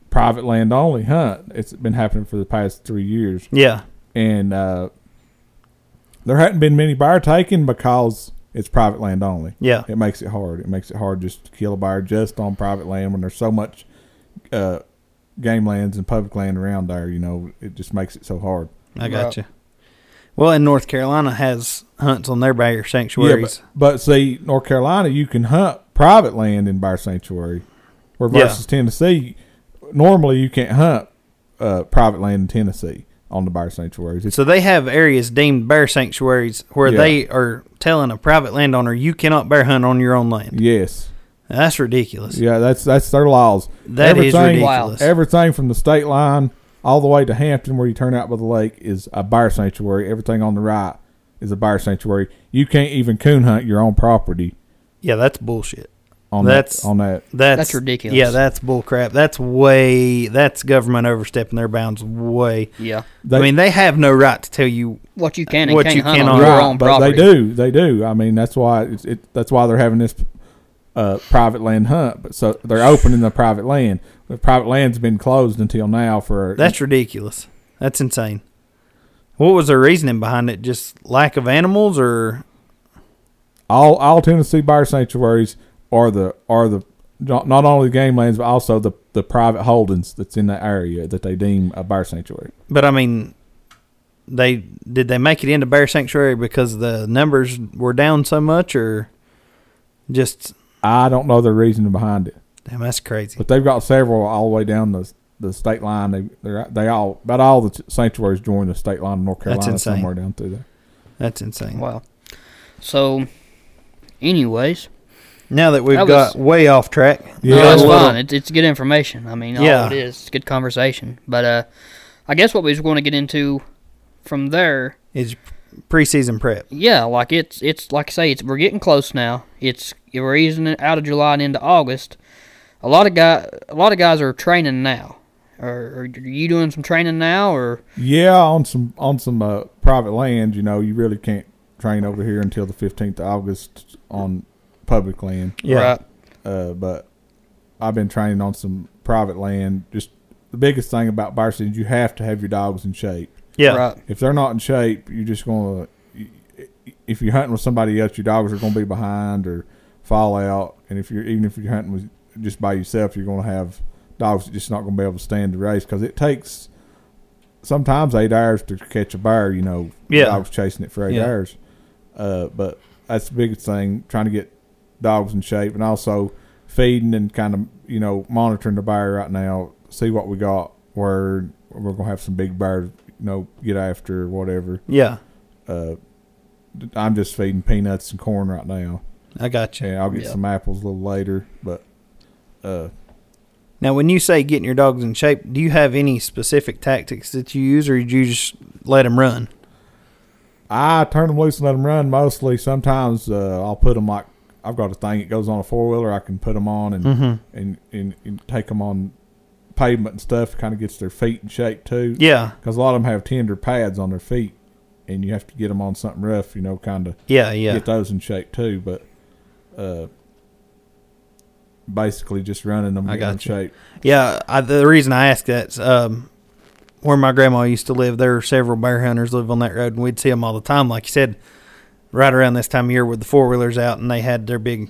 S4: private land only hunt. It's been happening for the past three years,
S2: yeah,
S4: and uh, there hadn't been many bear taken because it's private land only
S2: yeah,
S4: it makes it hard. It makes it hard just to kill a bear just on private land when there's so much uh, game lands and public land around there. You know, it just makes it so hard.
S2: I got you. Well, and North Carolina has hunts on their bear sanctuaries.
S4: but, but see, North Carolina, you can hunt private land in bear sanctuary, where
S2: Yeah.
S4: versus Tennessee, normally you can't hunt uh, private land in Tennessee on the bear sanctuaries. It's,
S2: So they have areas deemed bear sanctuaries where
S4: Yeah.
S2: they are telling a private landowner you cannot bear hunt on your own land.
S4: yes,
S2: That's ridiculous.
S4: yeah, that's that's their laws.
S2: That is
S4: Everything-
S2: ridiculous.
S4: Everything from the state line all the way to Hampton, where you turn out by the lake, is a bear sanctuary. Everything on the right is a bear sanctuary. You can't even coon hunt your own property
S2: Yeah, that's bullshit.
S4: on
S2: That's-
S4: that. On that,
S2: That's,
S3: That's ridiculous.
S2: Yeah, that's bull crap. That's way that's government overstepping their bounds way.
S3: Yeah.
S4: They-
S2: I mean, they have no right to tell you
S3: What you can and
S2: What
S3: can't
S2: you
S3: hunt
S2: can
S3: on
S2: on-
S3: your
S2: Right,
S3: own
S4: but
S3: property.
S4: they do, they do. I mean, that's why it's, it. That's why they're having this uh, private land hunt. But so they're opening the private land. The private land's been closed until now for
S2: that's ridiculous. That's insane. What was their reasoning behind it? Just lack of animals or
S4: all all Tennessee bear sanctuaries are the are the not not only the game lands but also the the private holdings that's in the area that they deem a bear sanctuary.
S2: But I mean, they did they make it into bear sanctuary because the numbers were down so much, or just
S4: I don't know the reasoning behind it,
S2: damn, that's crazy.
S4: but they've got several all the way down the the state line. They they're, they all about all the sanctuaries join the state line of North
S2: That's
S4: Carolina
S2: insane.
S4: somewhere down through there.
S2: That's insane.
S3: Wow. So, anyways,
S2: Now that we've
S3: That
S2: got
S3: was-
S2: way off track.
S4: Yeah.
S3: yeah, no, it's
S2: Well,
S3: fun. It's, it's good information. I mean, all
S2: Yeah.
S3: it is, it's good conversation. But uh, I guess what we was going to get into from there,
S2: It's preseason prep.
S3: yeah, like it's it's like I say, it's we're getting close now. It's we're easing it out of July and into August. A lot of guy, a lot of guys are training now. Are, are you doing some training now, or
S4: Yeah, on some on some uh, private land, you know, you really can't train over here until the fifteenth of August on public land.
S2: Yeah.
S3: Right.
S4: Uh, but I've been training on some private land. Just the biggest thing about varsity is you have to have your dogs in shape.
S2: Yeah.
S3: Right.
S4: If they're not in shape, you're just gonna. If you're hunting with somebody else, your dogs are gonna be behind or fall out. And if you're even if you're hunting with just by yourself, you're gonna have dogs that just not gonna be able to stand the race because it takes sometimes eight hours to catch a bear. You know,
S2: Yeah.
S4: dogs chasing it for eight
S2: Yeah.
S4: hours. Uh, but that's the biggest thing, trying to get dogs in shape and also feeding and kind of you know monitoring the bear right now, see what we got. Where we're gonna have some big bears, you know, get after or whatever.
S2: Yeah.
S4: Uh, I'm just feeding peanuts and corn right now,
S2: I got you.
S4: and I'll get
S3: Yeah.
S4: some apples a little later. But uh,
S2: Now, when you say getting your dogs in shape, do you have any specific tactics that you use, or do you just let them run?
S4: I turn them loose and let them run mostly. Sometimes uh, I'll put them like I've got a thing that goes on a four wheeler. I can put them on and,
S2: Mm-hmm.
S4: and, and and take them on pavement and stuff. Kind of gets their feet in shape too.
S2: Yeah.
S4: because a lot of them have tender pads on their feet, and you have to get them on something rough. You know, kind of
S2: Yeah. Yeah.
S4: get those in shape too. But uh, basically, just running them
S2: I
S4: getting them in
S2: gotcha.
S4: shape.
S2: Yeah, I, the reason I ask that's um, where my grandma used to live. There were several bear hunters live on that road, and we'd see them all the time. Like you said, right around this time of year, with the four wheelers out, and they had their big,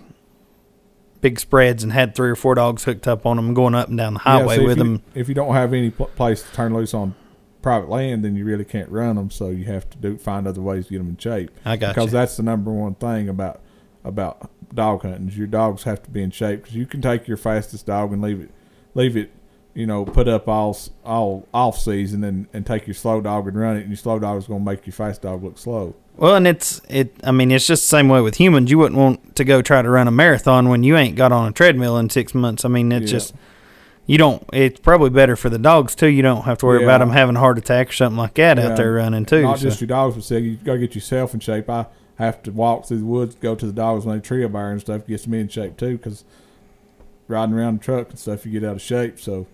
S2: big spreads, and had three or four dogs hooked up on them, going up and down the
S4: Yeah,
S2: highway
S4: see, if
S2: with
S4: you-
S2: them.
S4: If you don't have any pl- place to turn loose on private land, then you really can't run them. So you have to do find other ways to get them in shape.
S2: I got
S4: because
S2: you.
S4: that's the number one thing about about dog hunting is your dogs have to be in shape because you can take your fastest dog and leave it leave it you know put up all s- all off season and and take your slow dog and run it and your slow dog is going to make your fast dog look slow
S2: Well, and it's it. I mean, it's just the same way with humans. You wouldn't want to go try to run a marathon when you ain't got on a treadmill in six months. I mean, it's
S4: Yeah.
S2: just you don't. It's probably better for the dogs too. You don't have to worry about 'em about
S4: Yeah.
S2: them having a heart attack or something like that
S4: Yeah.
S2: out there running too.
S4: not
S2: so-
S4: just your dogs but say you got to get yourself in shape i have to walk through the woods go to the dogs when they tree a bear and stuff gets me in shape too because riding around the truck and stuff you get out of shape so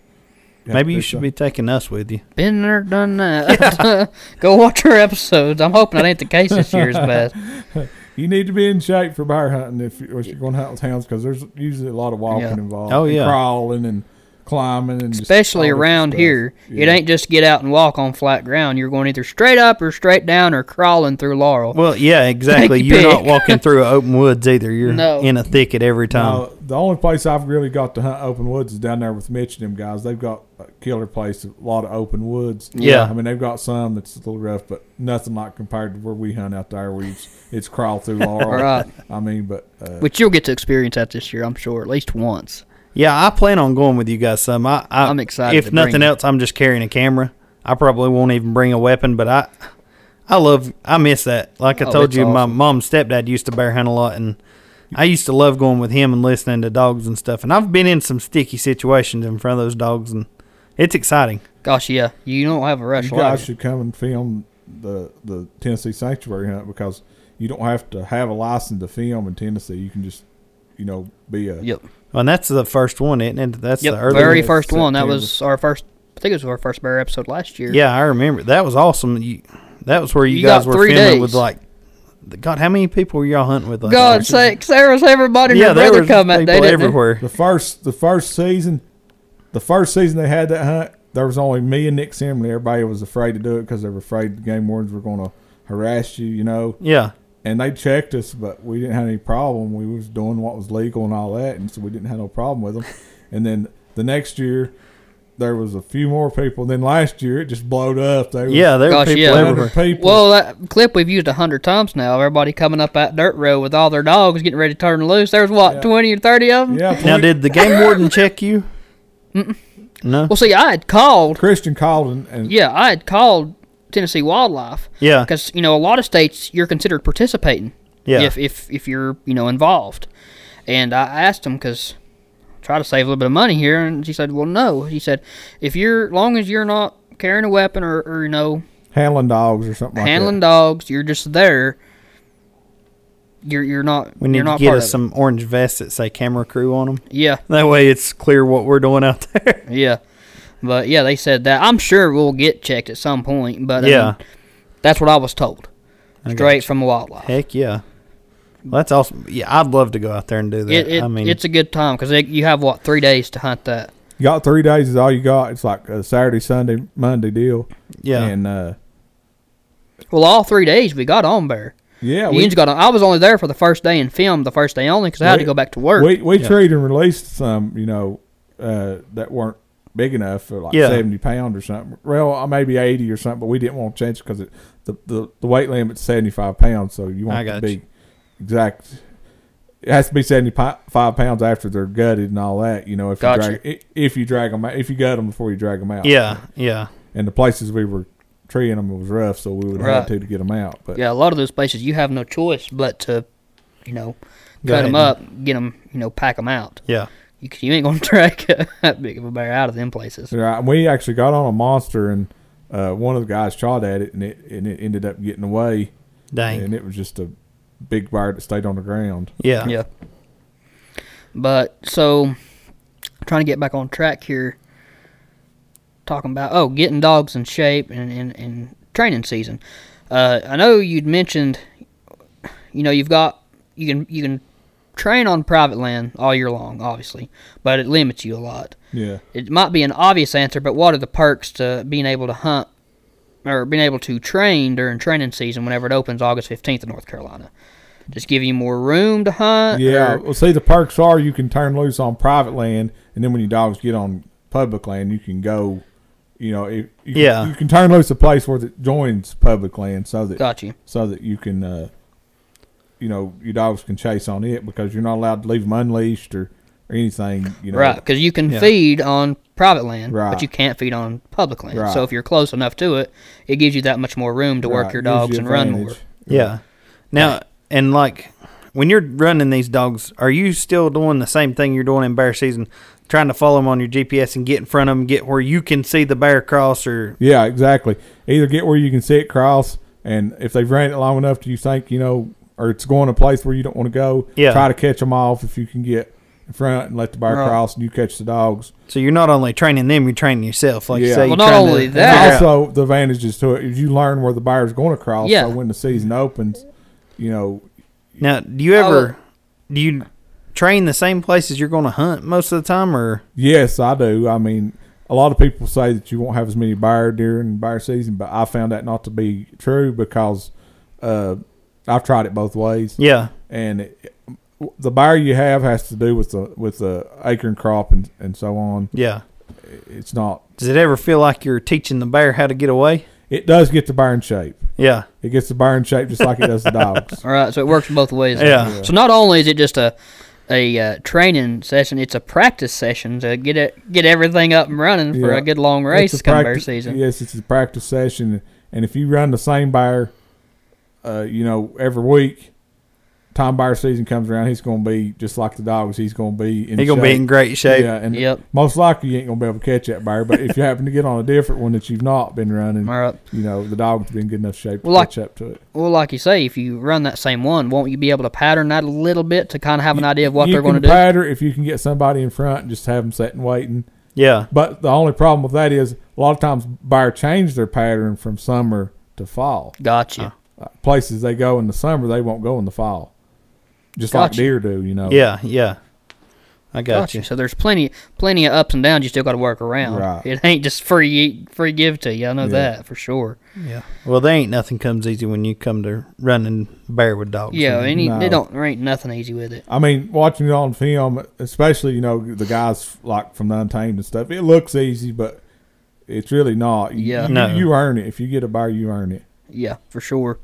S4: have
S2: Maybe
S4: to
S2: you
S4: do
S2: should
S4: some-
S2: be taking us with you.
S3: been there, done that? Go watch our episodes. I'm hoping that ain't the case this year as bad.
S4: You need to be in shape for bear hunting if, you, if you're going to hunt with hounds because there's usually a lot of walking
S3: Yeah.
S4: involved.
S2: Oh,
S4: and
S2: yeah.
S4: crawling and climbing and just
S3: especially
S4: all different
S3: around
S4: stuff.
S3: here. It
S4: Yeah.
S3: ain't just get out and walk on flat ground. You're going either straight up or straight down or crawling through Laurel.
S2: Well, yeah, exactly.
S3: your
S2: You're not
S3: pick.
S2: walking through open woods either. You're
S3: No.
S2: in a thicket every time.
S4: No, the only place I've really got to hunt open woods is down there with Mitch and them guys. They've got a killer place, a lot of open woods.
S2: Yeah.
S4: I mean they've got some that's a little rough, but nothing like compared to where we hunt out there. Where it's, it's crawl through laurel.
S3: Right.
S4: I mean, but uh,
S3: Which you'll get to experience that this year, I'm sure, at least once.
S2: Yeah, I plan on going with you guys some. I, I,
S3: I'm excited
S2: If
S3: to
S2: nothing
S3: bring it.
S2: else, I'm just carrying a camera. I probably won't even bring a weapon, but I, I love, I miss that. Like I
S3: Oh,
S2: told
S3: it's
S2: you, my
S3: awesome.
S2: mom's stepdad used to bear hunt a lot, and I used to love going with him and listening to dogs and stuff. And I've been in some sticky situations in front of those dogs, and it's exciting.
S3: Gosh, yeah, you don't have a rush
S4: you guys
S3: like it.
S4: should come and film the the Tennessee sanctuary hunt because you don't have to have a license to film in Tennessee. You can just you know be a
S3: Yep,
S2: Well, and that's the first one, isn't it? That's
S3: yep.
S2: the early
S3: Very
S4: one,
S3: first one. That
S4: September.
S3: was our first. I think it was our first bear episode last year.
S2: Yeah, I remember. That was awesome. You, that was where you,
S3: You
S2: guys
S3: got
S2: were
S3: three
S2: filming with
S3: days.
S2: like, God, how many people were y'all hunting with? Like
S3: God
S2: that?
S3: sakes, there was everybody and
S2: yeah,
S3: yeah,
S2: there
S3: brother
S2: were
S3: come
S2: people
S3: that day. didn't there?
S2: everywhere.
S4: the first the first season. The first season they had that hunt, there was only me and Nick Simley. Everybody was afraid to do it because they were afraid the game wardens were going to harass you, you know.
S2: Yeah,
S4: And they checked us, but we didn't have any problem. We was doing what was legal and all that, and so we didn't have no problem with them. And then the next year, there was a few more people. And then last year, it just blowed up. They was
S2: yeah, there
S3: Gosh,
S2: were people
S3: yeah.
S4: 100
S2: everywhere.
S4: people.
S3: Well, that clip we've used a hundred times now. of Everybody coming up that dirt road with all their dogs getting ready to turn loose. There was what
S4: Yeah.
S3: twenty or thirty of them.
S4: yeah,
S2: Now, did the game warden check you? No.
S3: Well, see, I had called.
S4: Christian called and, and
S3: Yeah, I had called Tennessee Wildlife
S2: Yeah.
S3: because you know a lot of states you're considered participating.
S2: Yeah.
S3: If if if you're you know involved, and I asked him because try to save a little bit of money here, and she said, well, no. He said, if you're long as you're not carrying a weapon or, or you know
S4: handling dogs or something
S3: handling
S4: like
S3: dogs, you're just there. You're you're not.
S2: We need
S3: you're
S2: to
S3: not
S2: get
S3: part
S2: us
S3: of it.
S2: some orange vests that say camera crew on them.
S3: Yeah.
S2: That way it's clear what we're doing out there.
S3: Yeah. But yeah, they said that. I'm sure we'll get checked at some point, but I
S2: Yeah.
S3: mean, that's what I was told.
S2: I
S3: Straight
S2: gotcha.
S3: from wildlife.
S2: Heck yeah. Well, that's awesome. Yeah, I'd love to go out there and do that.
S3: It, it,
S2: I mean,
S3: it's a good time because you have what three days to hunt that.
S4: that. You got three days is all you got. It's like a Saturday, Sunday, Monday deal.
S2: yeah,
S4: And uh,
S3: Well, all three days we got on bear.
S4: yeah,
S3: You
S4: we,
S3: just got. On, I was only there for the first day and filmed the first day only because I had
S4: We-
S3: to go back to work.
S4: we, we
S2: Yeah.
S4: treated and released some, you know, uh, that weren't big enough for like
S2: Yeah.
S4: 70 pound or something. Well, uh, maybe 80 or something, but we didn't want to change because the, the, the weight limit's 75 pounds. So you
S2: I
S4: want it to
S2: got
S4: be
S2: you.
S4: exact. It has to be 75 pounds after they're gutted and all that, you know, if
S3: Gotcha.
S4: you drag, i- if you drag them out, if you gut them before you drag them out.
S2: yeah, yeah,
S4: And the places we were treating them was rough, so we would have
S3: Right.
S4: had to to get them out. But
S3: yeah, a lot of those places you have no choice but to, you know,
S2: Go
S3: cut
S2: ahead and-
S3: them up, get them, you know, pack them out.
S2: yeah.
S3: You, you ain't gonna drag that big of a bear out of them places.
S4: Right. and We actually got on a monster, and uh, one of the guys shot at it, and it and it ended up getting away,
S2: Dang.
S4: and it was just a big bird that stayed on the ground.
S2: yeah.
S3: Yeah. But so, trying to get back on track here. Talking about oh, getting dogs in shape and and, and training season. Uh, I know you'd mentioned, you know, you've got you can you can train on private land all year long, obviously, but it limits you a lot.
S4: Yeah.
S3: It might be an obvious answer, but what are the perks to being able to hunt or being able to train during training season whenever it opens August 15th in North Carolina? Just give you more room to hunt?
S4: Yeah.
S3: or-
S4: Well, see, the perks are you can turn loose on private land, and then when your dogs get on public land, you can go. You know, if you can,
S2: Yeah.
S4: you can turn loose a place where it joins public land, so that
S3: got you.
S4: so that you can, uh, you know, your dogs can chase on it because you're not allowed to leave them unleashed or, or anything. You know,
S3: Right, because you can
S2: Yeah.
S3: feed on private land,
S4: Right.
S3: but you can't feed on public land.
S4: Right.
S3: So if you're close enough to it, it gives you that much more room to work
S4: Right,
S3: your
S4: gives you
S3: dogs and run more.
S4: advantage.
S2: Yeah. Now and like when you're running these dogs, are you still doing the same thing you're doing in bear season, trying to follow them on your GPS and get in front of them, get where you can see the bear cross or
S4: Yeah, exactly. Either get where you can see it cross, and if they've ran it long enough, do you think you know, or it's going a place where you don't want to go?
S2: Yeah.
S4: Try to catch them off if you can get in front and let the bear
S3: Right.
S4: cross, and you catch the dogs.
S2: so you're not only training them, you're training yourself. Like you
S4: Yeah.
S2: say,
S4: Well,
S2: you're
S3: not
S2: trying
S3: only
S2: to
S3: that-
S2: figure out-
S4: Also, the advantages to it is you learn where the bear's going to cross.
S3: Yeah.
S4: So when the season opens, you know,
S2: now do you
S3: Oh.
S2: ever do you train the same places you're going to hunt most of the time or
S4: yes, I do. I mean, a lot of people say that you won't have as many bear during bear season, but I found that not to be true because uh, I've tried it both ways.
S2: yeah
S4: and it, the buyer you have has to do with the with the acorn crop and, and so on.
S2: yeah.
S4: It's not.
S2: Does it ever feel like you're teaching the bear how to get away?
S4: It does get the buyer in shape.
S2: Yeah,
S4: It gets the buyer in shape just like it does the dogs.
S3: All right, so it works both ways. then.
S2: Yeah. Yeah.
S3: So not only is it just a a uh, training session, it's a practice session to get it get everything up and running for
S4: Yeah.
S3: a good long
S4: It's
S3: race
S4: a
S3: come bear
S4: practi-
S3: season.
S4: Yes, it's a practice session, and if you run the same buyer, uh, you know every week. Time buyer season comes around, he's going to be just like the dogs. He's going to be in
S2: he's gonna be in great shape.
S4: Yeah, and
S3: Yep.
S4: most likely you ain't going to be able to catch that buyer. But if you happen to get on a different one that you've not been running,
S3: All right.
S4: you know the dog's been good enough shape to
S3: Well, like-
S4: catch up to it.
S3: Well, like you say, if you run that same one, won't you be able to pattern that a little bit to kind of have an idea of what
S4: you
S3: they're going
S4: can
S3: to do?
S4: patter if you can get somebody in front and just have them sitting waiting.
S2: yeah.
S4: But the only problem with that is a lot of times buyer change their pattern from summer to fall.
S3: Gotcha.
S4: Like, places they go in the summer, they won't go in the fall. Just like
S3: Gotcha.
S4: deer do, you know.
S2: Yeah, yeah. I got
S3: Gotcha.
S2: you.
S3: So there's plenty, plenty of ups and downs. You still got to work around.
S4: Right.
S3: It ain't just free, free give to you. I know
S4: Yeah.
S3: that for sure.
S2: Yeah. Well, there ain't nothing comes easy when you come to running bear with dogs.
S3: Yeah, any
S4: No.
S3: they don't there ain't nothing easy with it.
S4: I mean, watching it on film, especially you know the guys like from the Untamed and stuff, it looks easy, but it's really not. You-
S3: Yeah.
S4: you,
S2: No.
S4: you earn it. If you get a buyer, you earn it.
S3: Yeah, for sure.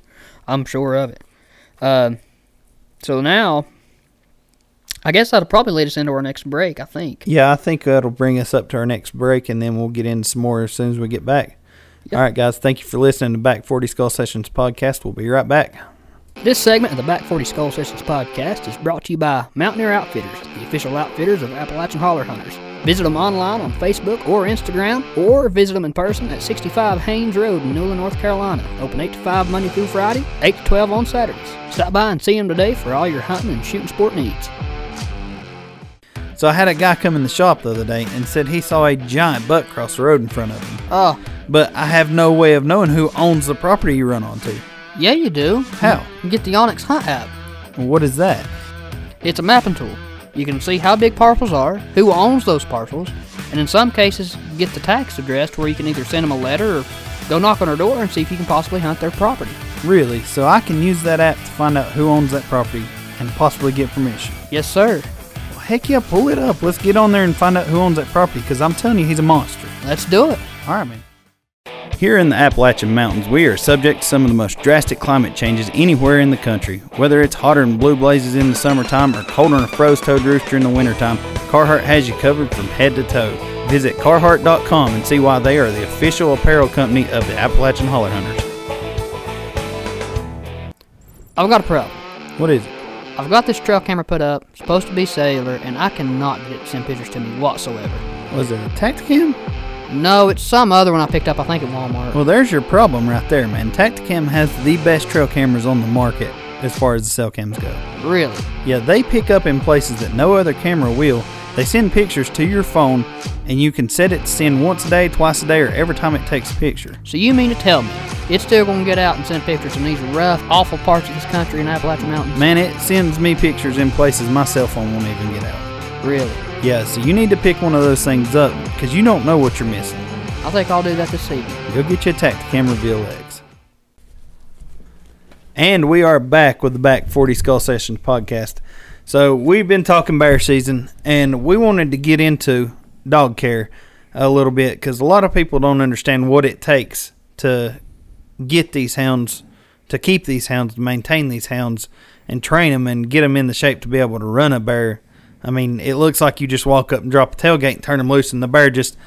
S3: I'm sure of it. Um, so now I guess that'll probably lead us into our next break. I think.
S2: Yeah, I think that'll bring us up to our next break, and then we'll get into some more as soon as we get back.
S3: Yep.
S2: All right, guys, thank you for listening to Back 40 Skull Sessions podcast. We'll be right back.
S3: This segment of the Back 40 Skull Sessions podcast is brought to you by Mountaineer Outfitters, the official outfitters of Appalachian Holler Hunters. Visit them online on Facebook or Instagram, or visit them in person at 65 Haynes Road in Newland, North Carolina. Open 8 to 5 Monday through Friday, 8 to 12 on Saturdays. Stop by and see them today for all your hunting and shooting sport needs.
S2: So I had a guy come in the shop the other day and said he saw a giant buck cross the road in front of him,
S3: Oh,
S2: but I have no way of knowing who owns the property you run onto.
S3: yeah, you do.
S2: How?
S3: You get the Onyx Hunt app.
S2: What is that?
S3: It's a mapping tool. You can see how big parcels are, who owns those parcels, and in some cases, get the tax addressed where you can either send them a letter or go knock on their door and see if you can possibly hunt their property.
S2: Really? So I can use that app to find out who owns that property and possibly get permission.
S3: Yes, sir.
S2: Well, heck yeah, pull it up. Let's get on there and find out who owns that property because I'm telling you, he's a monster.
S3: Let's do it.
S2: All right, man. Here in the Appalachian Mountains, we are subject to some of the most drastic climate changes anywhere in the country. Whether it's hotter than blue blazes in the summertime or colder than a froze-toed rooster in the wintertime, Carhartt has you covered from head to toe. Visit Carhartt.com and see why they are the official apparel company of the Appalachian Holler Hunters.
S3: I've got a problem.
S2: What is it?
S3: I've got this trail camera put up, supposed to be cellular, and I cannot get it to send pictures to me whatsoever.
S2: Was it a Tacticam?
S3: No, it's some other one I picked up, I think, at Walmart.
S2: Well, there's your problem right there, man. Tacticam has the best trail cameras on the market as far as the cell cams go.
S3: Really?
S2: Yeah, they pick up in places that no other camera will. They send pictures to your phone, and you can set it to send once a day, twice a day, or every time it takes a picture.
S3: So you mean to tell me it's still going to get out and send pictures in these rough, awful parts of this country in Appalachian Mountains?
S2: Man, it sends me pictures in places my cell phone won't even get out.
S3: Really?
S2: Yeah, so you need to pick one of those things up because you don't know what you're missing.
S3: I think I'll do that this evening.
S2: Go get your Tacticam Reveal X. And we are back with the Back 40 Skull Sessions podcast. So we've been talking bear season, and we wanted to get into dog care a little bit because a lot of people don't understand what it takes to get these hounds, to keep these hounds, to maintain these hounds, and train them and get them in the shape to be able to run a bear. I mean, it looks like you just walk up and drop a tailgate and turn them loose, and the bear just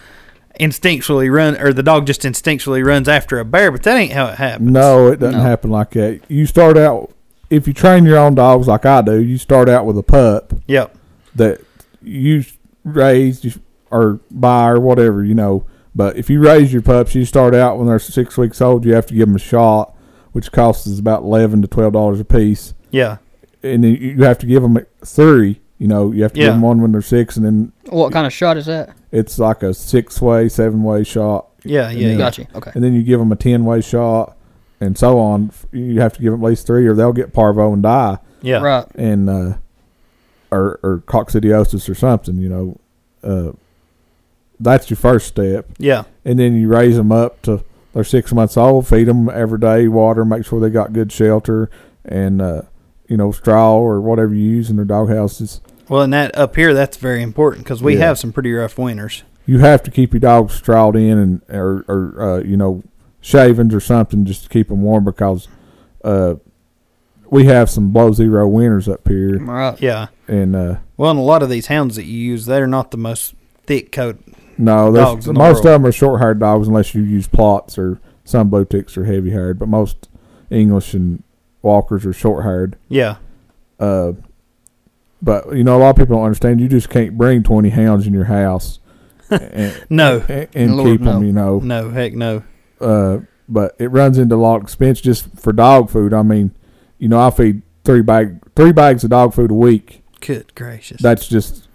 S2: instinctually run or the dog just instinctually runs after a bear, but that ain't how it happens.
S4: No, it doesn't
S3: No.
S4: happen like that. You start out if you train your own dogs like I do. You start out with a pup
S2: Yep.
S4: that you raised you- or buy or whatever you know. But if you raise your pups, you start out when they're six weeks old. You have to give them a shot, which costs us about eleven to twelve dollars a piece.
S2: Yeah.
S4: And then you have to give them three. You know, you have to give
S2: Yeah.
S4: 'em give them one when they're six, and then
S3: What kind of shot is that?
S4: it's like a six way, seven way shot.
S2: Yeah. Yeah.
S4: then-
S2: yeah.
S3: Gotcha. Okay.
S4: and then you give them a 10 way shot and so on you have to give them at least three or they'll get parvo and die
S2: Yeah.
S3: Right.
S4: and uh or or coccidiosis or something you know uh that's your first step
S2: Yeah.
S4: and then you raise them up to they're six months old feed them every day water make sure they got good shelter and uh you know straw or whatever you use in their dog houses
S2: Well, and that up here, that's very important because we
S4: Yeah.
S2: have some pretty rough winters.
S4: you have to keep your dogs strawed in and or, or uh, you know shavings or something just to keep them warm because uh, we have some below zero winters up here
S3: Right.
S2: Yeah.
S4: and uh,
S2: Well, and a lot of these hounds that you use, they're not the most thick coat.
S4: no there's,
S2: Dogs in the
S4: most of
S2: world.
S4: 'em of them are short haired dogs unless you use plots or some blue ticks are heavy haired but most English and walkers are short haired
S2: Yeah.
S4: uh, but you know a lot of people don't understand you just can't bring twenty hounds in your house and,
S2: No.
S4: and, and
S3: Lord,
S4: keep them
S3: no.
S4: you know
S2: No. Heck no.
S4: uh, but it runs into a lot of expense just for dog food. I mean, you know, I feed three bag three bags of dog food a week.
S2: Good gracious.
S4: That's just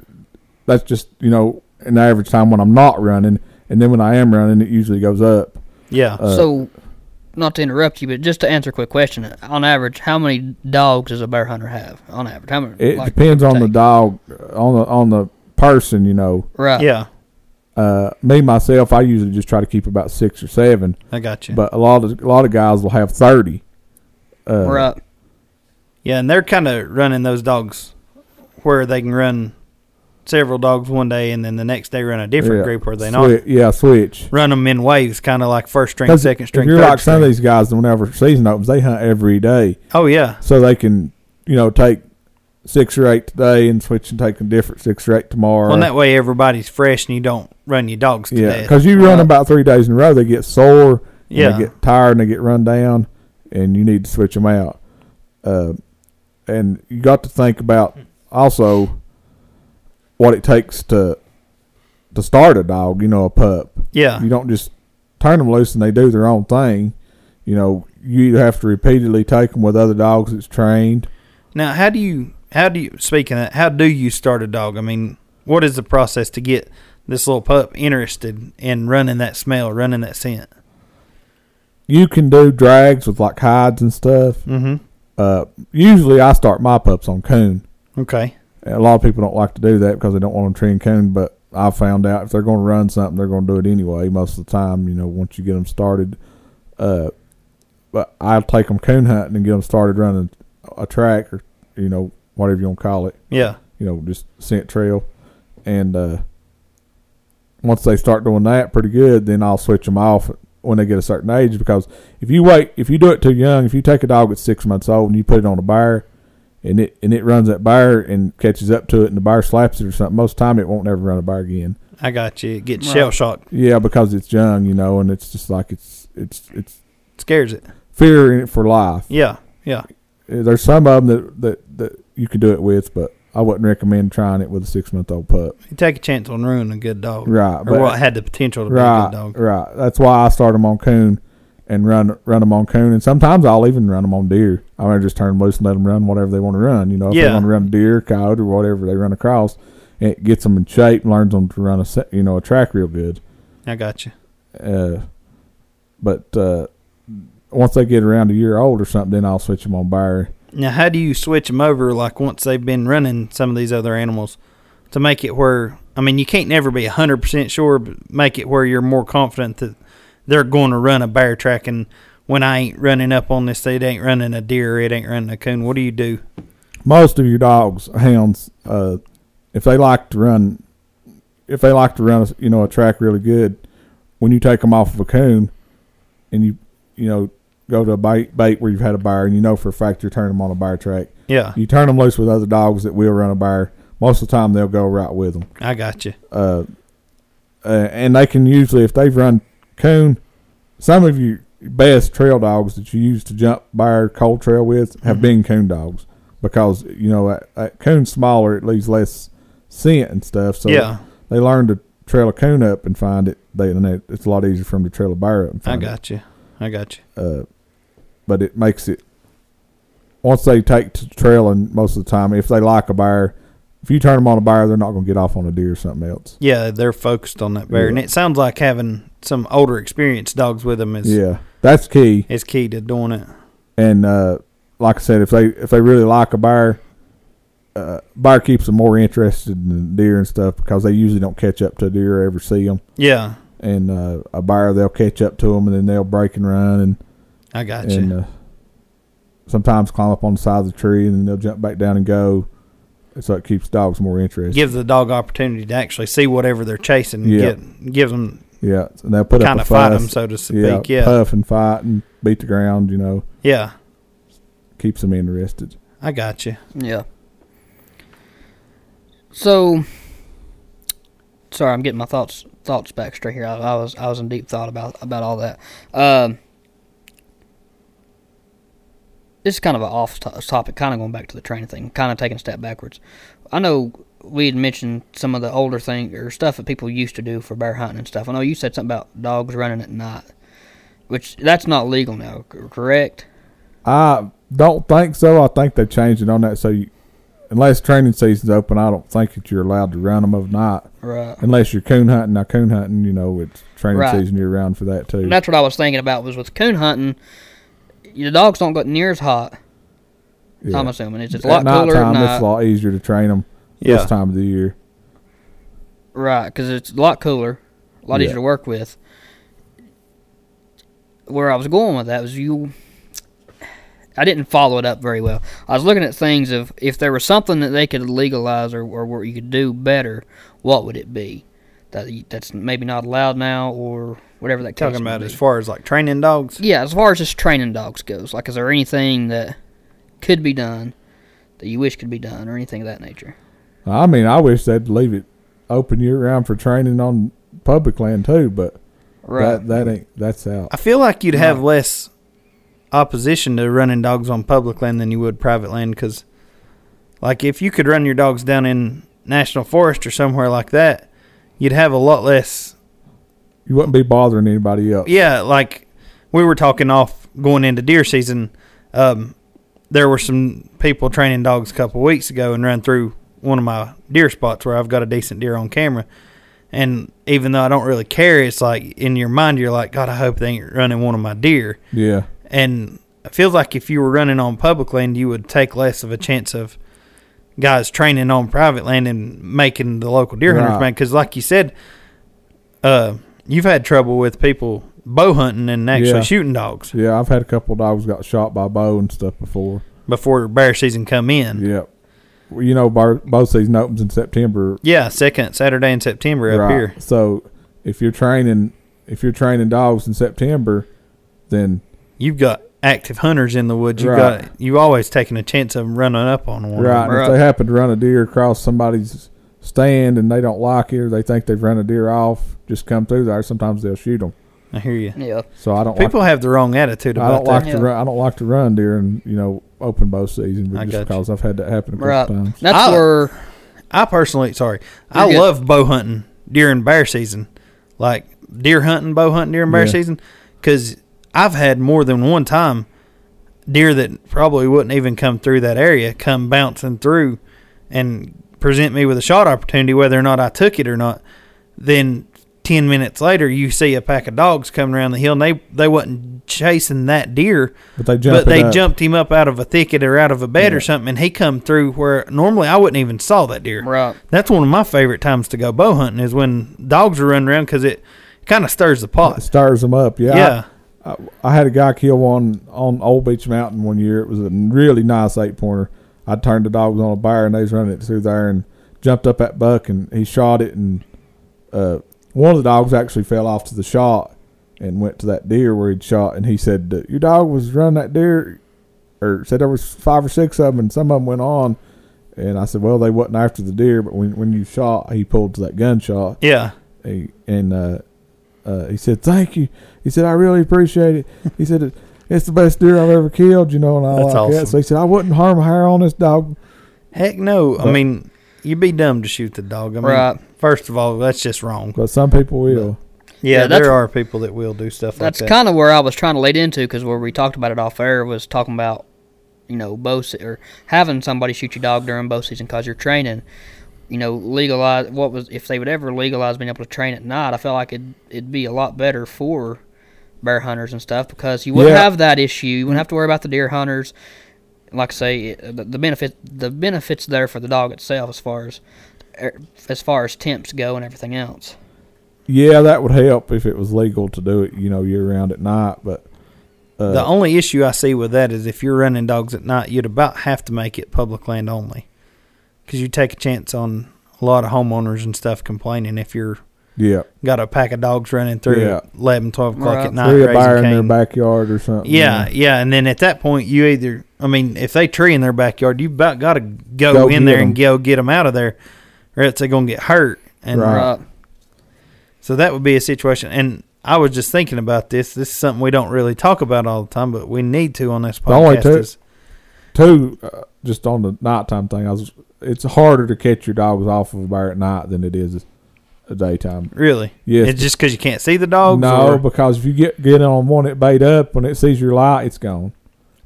S4: that's just you know an average time when I'm not running, and then when I am running, it usually goes up.
S2: yeah.
S4: Uh,
S3: so, not to interrupt you, but just to answer a quick question, on average, how many dogs does a bear hunter have? On average, how many?
S4: It
S3: like,
S4: depends on the
S3: take?
S4: dog, on the on the person. You know,
S3: Right.
S2: yeah.
S4: uh, me myself, I usually just try to keep about six or seven,
S2: I got you.
S4: but a lot of a lot of guys will have thirty. Uh,
S3: Right.
S2: yeah. And they're kind of running those dogs where they can run several dogs one day and then the next day run a different
S4: yeah,
S2: group where they not
S4: swi- Yeah, switch.
S2: run them in waves, kind of like first string,
S4: 'Cause
S2: second string,
S4: If you're
S2: third
S4: like some of
S2: string.
S4: these guys, that whenever season opens, they hunt every day,
S2: Oh yeah,
S4: so they can you know take six or eight today and switch and take a different six or eight tomorrow.
S2: Well, and that way everybody's fresh and you don't run your dogs to
S4: yeah,
S2: death.
S4: because you run about three days in a row, they get sore, and
S2: Uh, Yeah.
S4: they get tired, and they get run down, and you need to switch them out. Uh, and you got to think about also what it takes to to start a dog. You know, a pup.
S2: yeah.
S4: You don't just turn them loose and they do their own thing. You know, you either have to repeatedly take them with other dogs that's trained.
S2: Now, how do you how do you speaking of that, how do you start a dog? I mean, what is the process to get this little pup interested in running that smell, running that scent?
S4: You can do drags with like hides and stuff.
S2: Mm-hmm.
S4: Uh, usually, I start my pups on coon.
S2: Okay.
S4: And a lot of people don't like to do that because they don't want them trend coon. But I found out if they're going to run something, they're going to do it anyway. Most of the time, you know, once you get them started. Uh, but I'll take them coon hunting and get them started running a track or you know whatever you want to call it.
S2: Yeah.
S4: You know, just scent trail. And uh, once they start doing that pretty good, then I'll switch them off when they get a certain age. Because if you wait, if you do it too young, if you take a dog at six months old and you put it on a bear, and it and it runs that bear and catches up to it, and the bear slaps it or something, most of the time it won't ever run a bear again.
S2: I got you. It gets
S3: Right.
S2: shell shocked.
S4: Yeah, because it's young, you know, and it's just like it's it's it's
S2: Scares it.
S4: fear in it for life.
S2: Yeah. Yeah.
S4: There's some of them that that that you can do it with, but I wouldn't recommend trying it with a six month old pup.
S2: You take a chance on ruining a good dog.
S4: Right,
S2: Or what had the potential to be a
S4: right,
S2: good dog.
S4: Right. That's why I start them on coon and run run them on coon. And sometimes I'll even run them on deer. I might just turn them loose and let them run whatever they want to run. You know, if
S2: Yeah.
S4: they want to run deer, coyote, or whatever they run across, it gets them in shape, learns them to run a se- you know a track real good.
S2: I got you.
S4: Uh, but uh, once they get around a year old or something, then I'll switch them on bear.
S2: Now, how do you switch them over? Like once they've been running some of these other animals, to make it where I mean, you can't never be hundred percent sure, but make it where you're more confident that they're going to run a bear track. And when I ain't running up on this, it ain't running a deer, it ain't running a coon. What do you do?
S4: most of your dogs hounds uh if they like to run if they like to run you know a track really good when you take them off of a coon and you you know go to a bait bait where you've had a bear and you know for a fact you're turning them on a bear track
S2: Yeah,
S4: you turn them loose with other dogs that will run a bear most of the time they'll go right with them
S2: I got you.
S4: uh, uh, and they can usually if they've run coon some of your best trail dogs that you use to jump bear cold trail with have
S2: Mm-hmm.
S4: been coon dogs because you know that, that coon's smaller it leaves less scent and stuff so
S2: yeah,
S4: they learn to trail a coon up and find it they and it, it's a lot easier for them to trail a bear up and
S2: I
S4: find
S2: got you. I got you.
S4: it uh, but it makes it once they take to trailing most of the time if they like a bear if you turn them on a bear they're not going to get off on a deer or something else
S2: Yeah, they're focused on that bear, and
S4: Yeah.
S2: it sounds like having some older, experienced dogs with them is
S4: yeah that's key
S2: is key to doing it.
S4: and uh, like I said, if they if they really like a bear, uh, bear keeps them more interested in deer and stuff because they usually don't catch up to a deer or ever see them.
S2: Yeah,
S4: And uh, a bear, they'll catch up to them and then they'll break and run and
S2: I got you.
S4: and uh, sometimes climb up on the side of the tree and then they'll jump back down and go. So it keeps dogs more interested.
S2: gives the dog opportunity to actually see whatever they're chasing. and
S4: Yeah.
S2: Get, gives them
S4: yeah, and they'll put up
S2: kind
S4: a
S2: of fight them,
S4: fuss.
S2: so to speak. Yeah.
S4: puff and fight and beat the ground. You know,
S2: Yeah.
S4: keeps them interested.
S2: I got you.
S3: Yeah. So, sorry, I'm getting my thoughts thoughts back straight here. I, I was I was in deep thought about about all that. Um, this is kind of an off to- topic, kind of going back to the training thing, kind of taking a step backwards. I know we had mentioned some of the older thing or stuff that people used to do for bear hunting and stuff. I know you said something about dogs running at night, which that's not legal now, c- correct?
S4: I don't think so. I think they changed it on that. So, you, unless training season's open, I don't think that you're allowed to run them overnight.
S3: Right.
S4: Unless you're coon hunting. Now, coon hunting, you know, it's training
S3: Right.
S4: season year round for that too.
S3: That's what I was thinking about was with coon hunting. The dogs don't get near as hot.
S4: Yeah.
S3: I'm assuming it's, it's a
S4: At
S3: lot cooler at
S4: nighttime,
S3: night,
S4: it's a lot easier to train them
S2: Yeah.
S4: this time of the year.
S3: right? Because it's a lot cooler, a lot
S4: Yeah.
S3: easier to work with. Where I was going with that was you. I didn't follow it up very well. I was looking at things of if there was something that they could legalize or, or what you could do better, what would it be? That you- that's maybe not allowed now or whatever that
S2: Talking
S3: case may
S2: about
S3: be.
S2: as far as like training dogs.
S3: Yeah, as far as just training dogs goes, like, is there anything that could be done that you wish could be done or anything of that nature.
S4: I mean, I wish they'd leave it open year round for training on public land too, but that that ain't that's out.
S2: I feel like you'd have
S3: Right.
S2: less opposition to running dogs on public land than you would private land because, like, if you could run your dogs down in national forest or somewhere like that, you'd have a lot less.
S4: You wouldn't be bothering anybody else.
S2: Yeah, like we were talking off going into deer season. Um, there were some people training dogs a couple weeks ago and ran through one of my deer spots where I've got a decent deer on camera. And even though I don't really care, it's like in your mind you're like, God, I hope they ain't running one of my deer.
S4: Yeah.
S2: And it feels like if you were running on public land, you would take less of a chance of guys training on private land and making the local deer hunters
S4: Right.
S2: mad. Because, like you said, uh, you've had trouble with people bow hunting and actually
S4: Yeah.
S2: shooting dogs
S4: Yeah, I've had a couple of dogs got shot by bow and stuff before.
S2: before bear season come in. Yeah,
S4: Yeah. Well, you know, bar, bow season opens in September
S2: second Saturday in September up here.
S4: So if you're training if you're training dogs in September, then
S2: You've got active hunters in the woods. You've
S4: Right.
S2: got you always taking a chance of 'em running up on one.
S4: right, and
S3: Right.
S4: if they happen to run a deer across somebody's stand and they don't like it or they think they've run a deer off, just come through there. Sometimes they'll shoot them.
S2: I hear you.
S3: Yeah.
S4: So I don't like
S2: People have the wrong attitude
S4: I
S2: about
S4: don't
S2: that.
S4: like
S3: Yeah.
S4: to run. I don't like to run during you know open bow season, but
S2: I
S4: just
S2: got
S4: because I've had that happen a couple
S3: Right.
S4: times.
S3: That's
S2: I-
S3: where
S2: I personally, sorry,
S3: You're
S2: I
S3: good.
S2: love bow hunting during bear season, like deer hunting, bow hunting during bear
S4: Yeah.
S2: season, because I've had more than one time deer that probably wouldn't even come through that area come bouncing through and present me with a shot opportunity, whether or not I took it or not. Then ten minutes later, you see a pack of dogs coming around the hill, and they they wasn't chasing that deer
S4: But they jump.
S2: but they
S4: it up.
S2: jumped him up out of a thicket or out of a bed or something, and he come through where normally I wouldn't even saw that deer.
S3: Right.
S2: That's one of my favorite times to go bow hunting is when dogs are running around because it kind of stirs the
S4: It
S2: pot.
S4: stirs them up. Yeah. I-
S2: Yeah.
S4: I, Uh, I had a guy kill one on Old Beach Mountain one year. It was a really nice eight pointer. I turned the dogs on a bear and they was running it through there and jumped up that buck and he shot it and uh, one of the dogs actually fell off to the shot and went to that deer where he'd shot and he said that your dog was running that deer or said there was five or six of them and some of them went on and I said well they wasn't after the deer but when when you shot he pulled to that gunshot
S2: Yeah.
S4: he, and uh, uh, he said, "Thank you." He said, "I really appreciate it." He said, "It- "It's the best deer I've ever killed," you know, and all
S2: That's
S4: like
S2: awesome.
S4: that. So he said, "I wouldn't harm a hair on this dog."
S2: Heck no. I
S4: But-
S2: mean, you'd be dumb to shoot the dog. I mean,
S3: Right.
S2: first of all, that's just wrong.
S4: But some people will.
S2: Yeah,
S3: Yeah, that's-
S2: there are people that will do stuff like
S3: that's
S2: that.
S3: kind of where I was trying to lead into because where we talked about it off air was talking about you know bow se- or having somebody shoot your dog during bow season because you're training. You know, legalize what was if they would ever legalize being able to train at night. I felt like it it'd be a lot better for bear hunters and stuff because you wouldn't
S4: Yeah.
S3: have that issue. You wouldn't have to worry about the deer hunters. Like I say, it- the the benefit the benefits there for the dog itself as far as er, as far as temps go and everything else.
S4: Yeah, that would help if it was legal to do it, you know, year round at night. But uh,
S2: the only issue I see with that is if you're running dogs at night, you'd about have to make it public land only because you take a chance on a lot of homeowners and stuff complaining if you're
S4: yeah,
S2: got a pack of dogs running through
S4: Yeah.
S2: at 11, 12 o'clock
S3: Right.
S2: at night.
S4: Throw a
S2: raising
S4: bear in their Mm-hmm.
S2: cane.
S4: backyard or something.
S2: Yeah,
S4: you
S2: yeah. And then at that point, you either, I mean, if they tree in their backyard, you've about got to go,
S4: Go
S2: in
S4: get
S2: there
S4: 'em.
S2: and go get them out of there or else they're going to get hurt. And
S4: Right.
S3: Right.
S2: so that would be a situation. And I was just thinking about this. This is something we don't really talk about all the time, but we need to on this
S4: The only
S2: podcast.
S4: two-
S2: is,
S4: know. Two, uh, just on the nighttime thing, I was. It's harder to catch your dogs off of a bear at night than it is a daytime.
S2: really?
S4: Yes,
S2: It's just because you can't see the dogs?
S4: No,
S2: or-
S4: because if you get get on one, it bait up. When it sees your light, it's gone.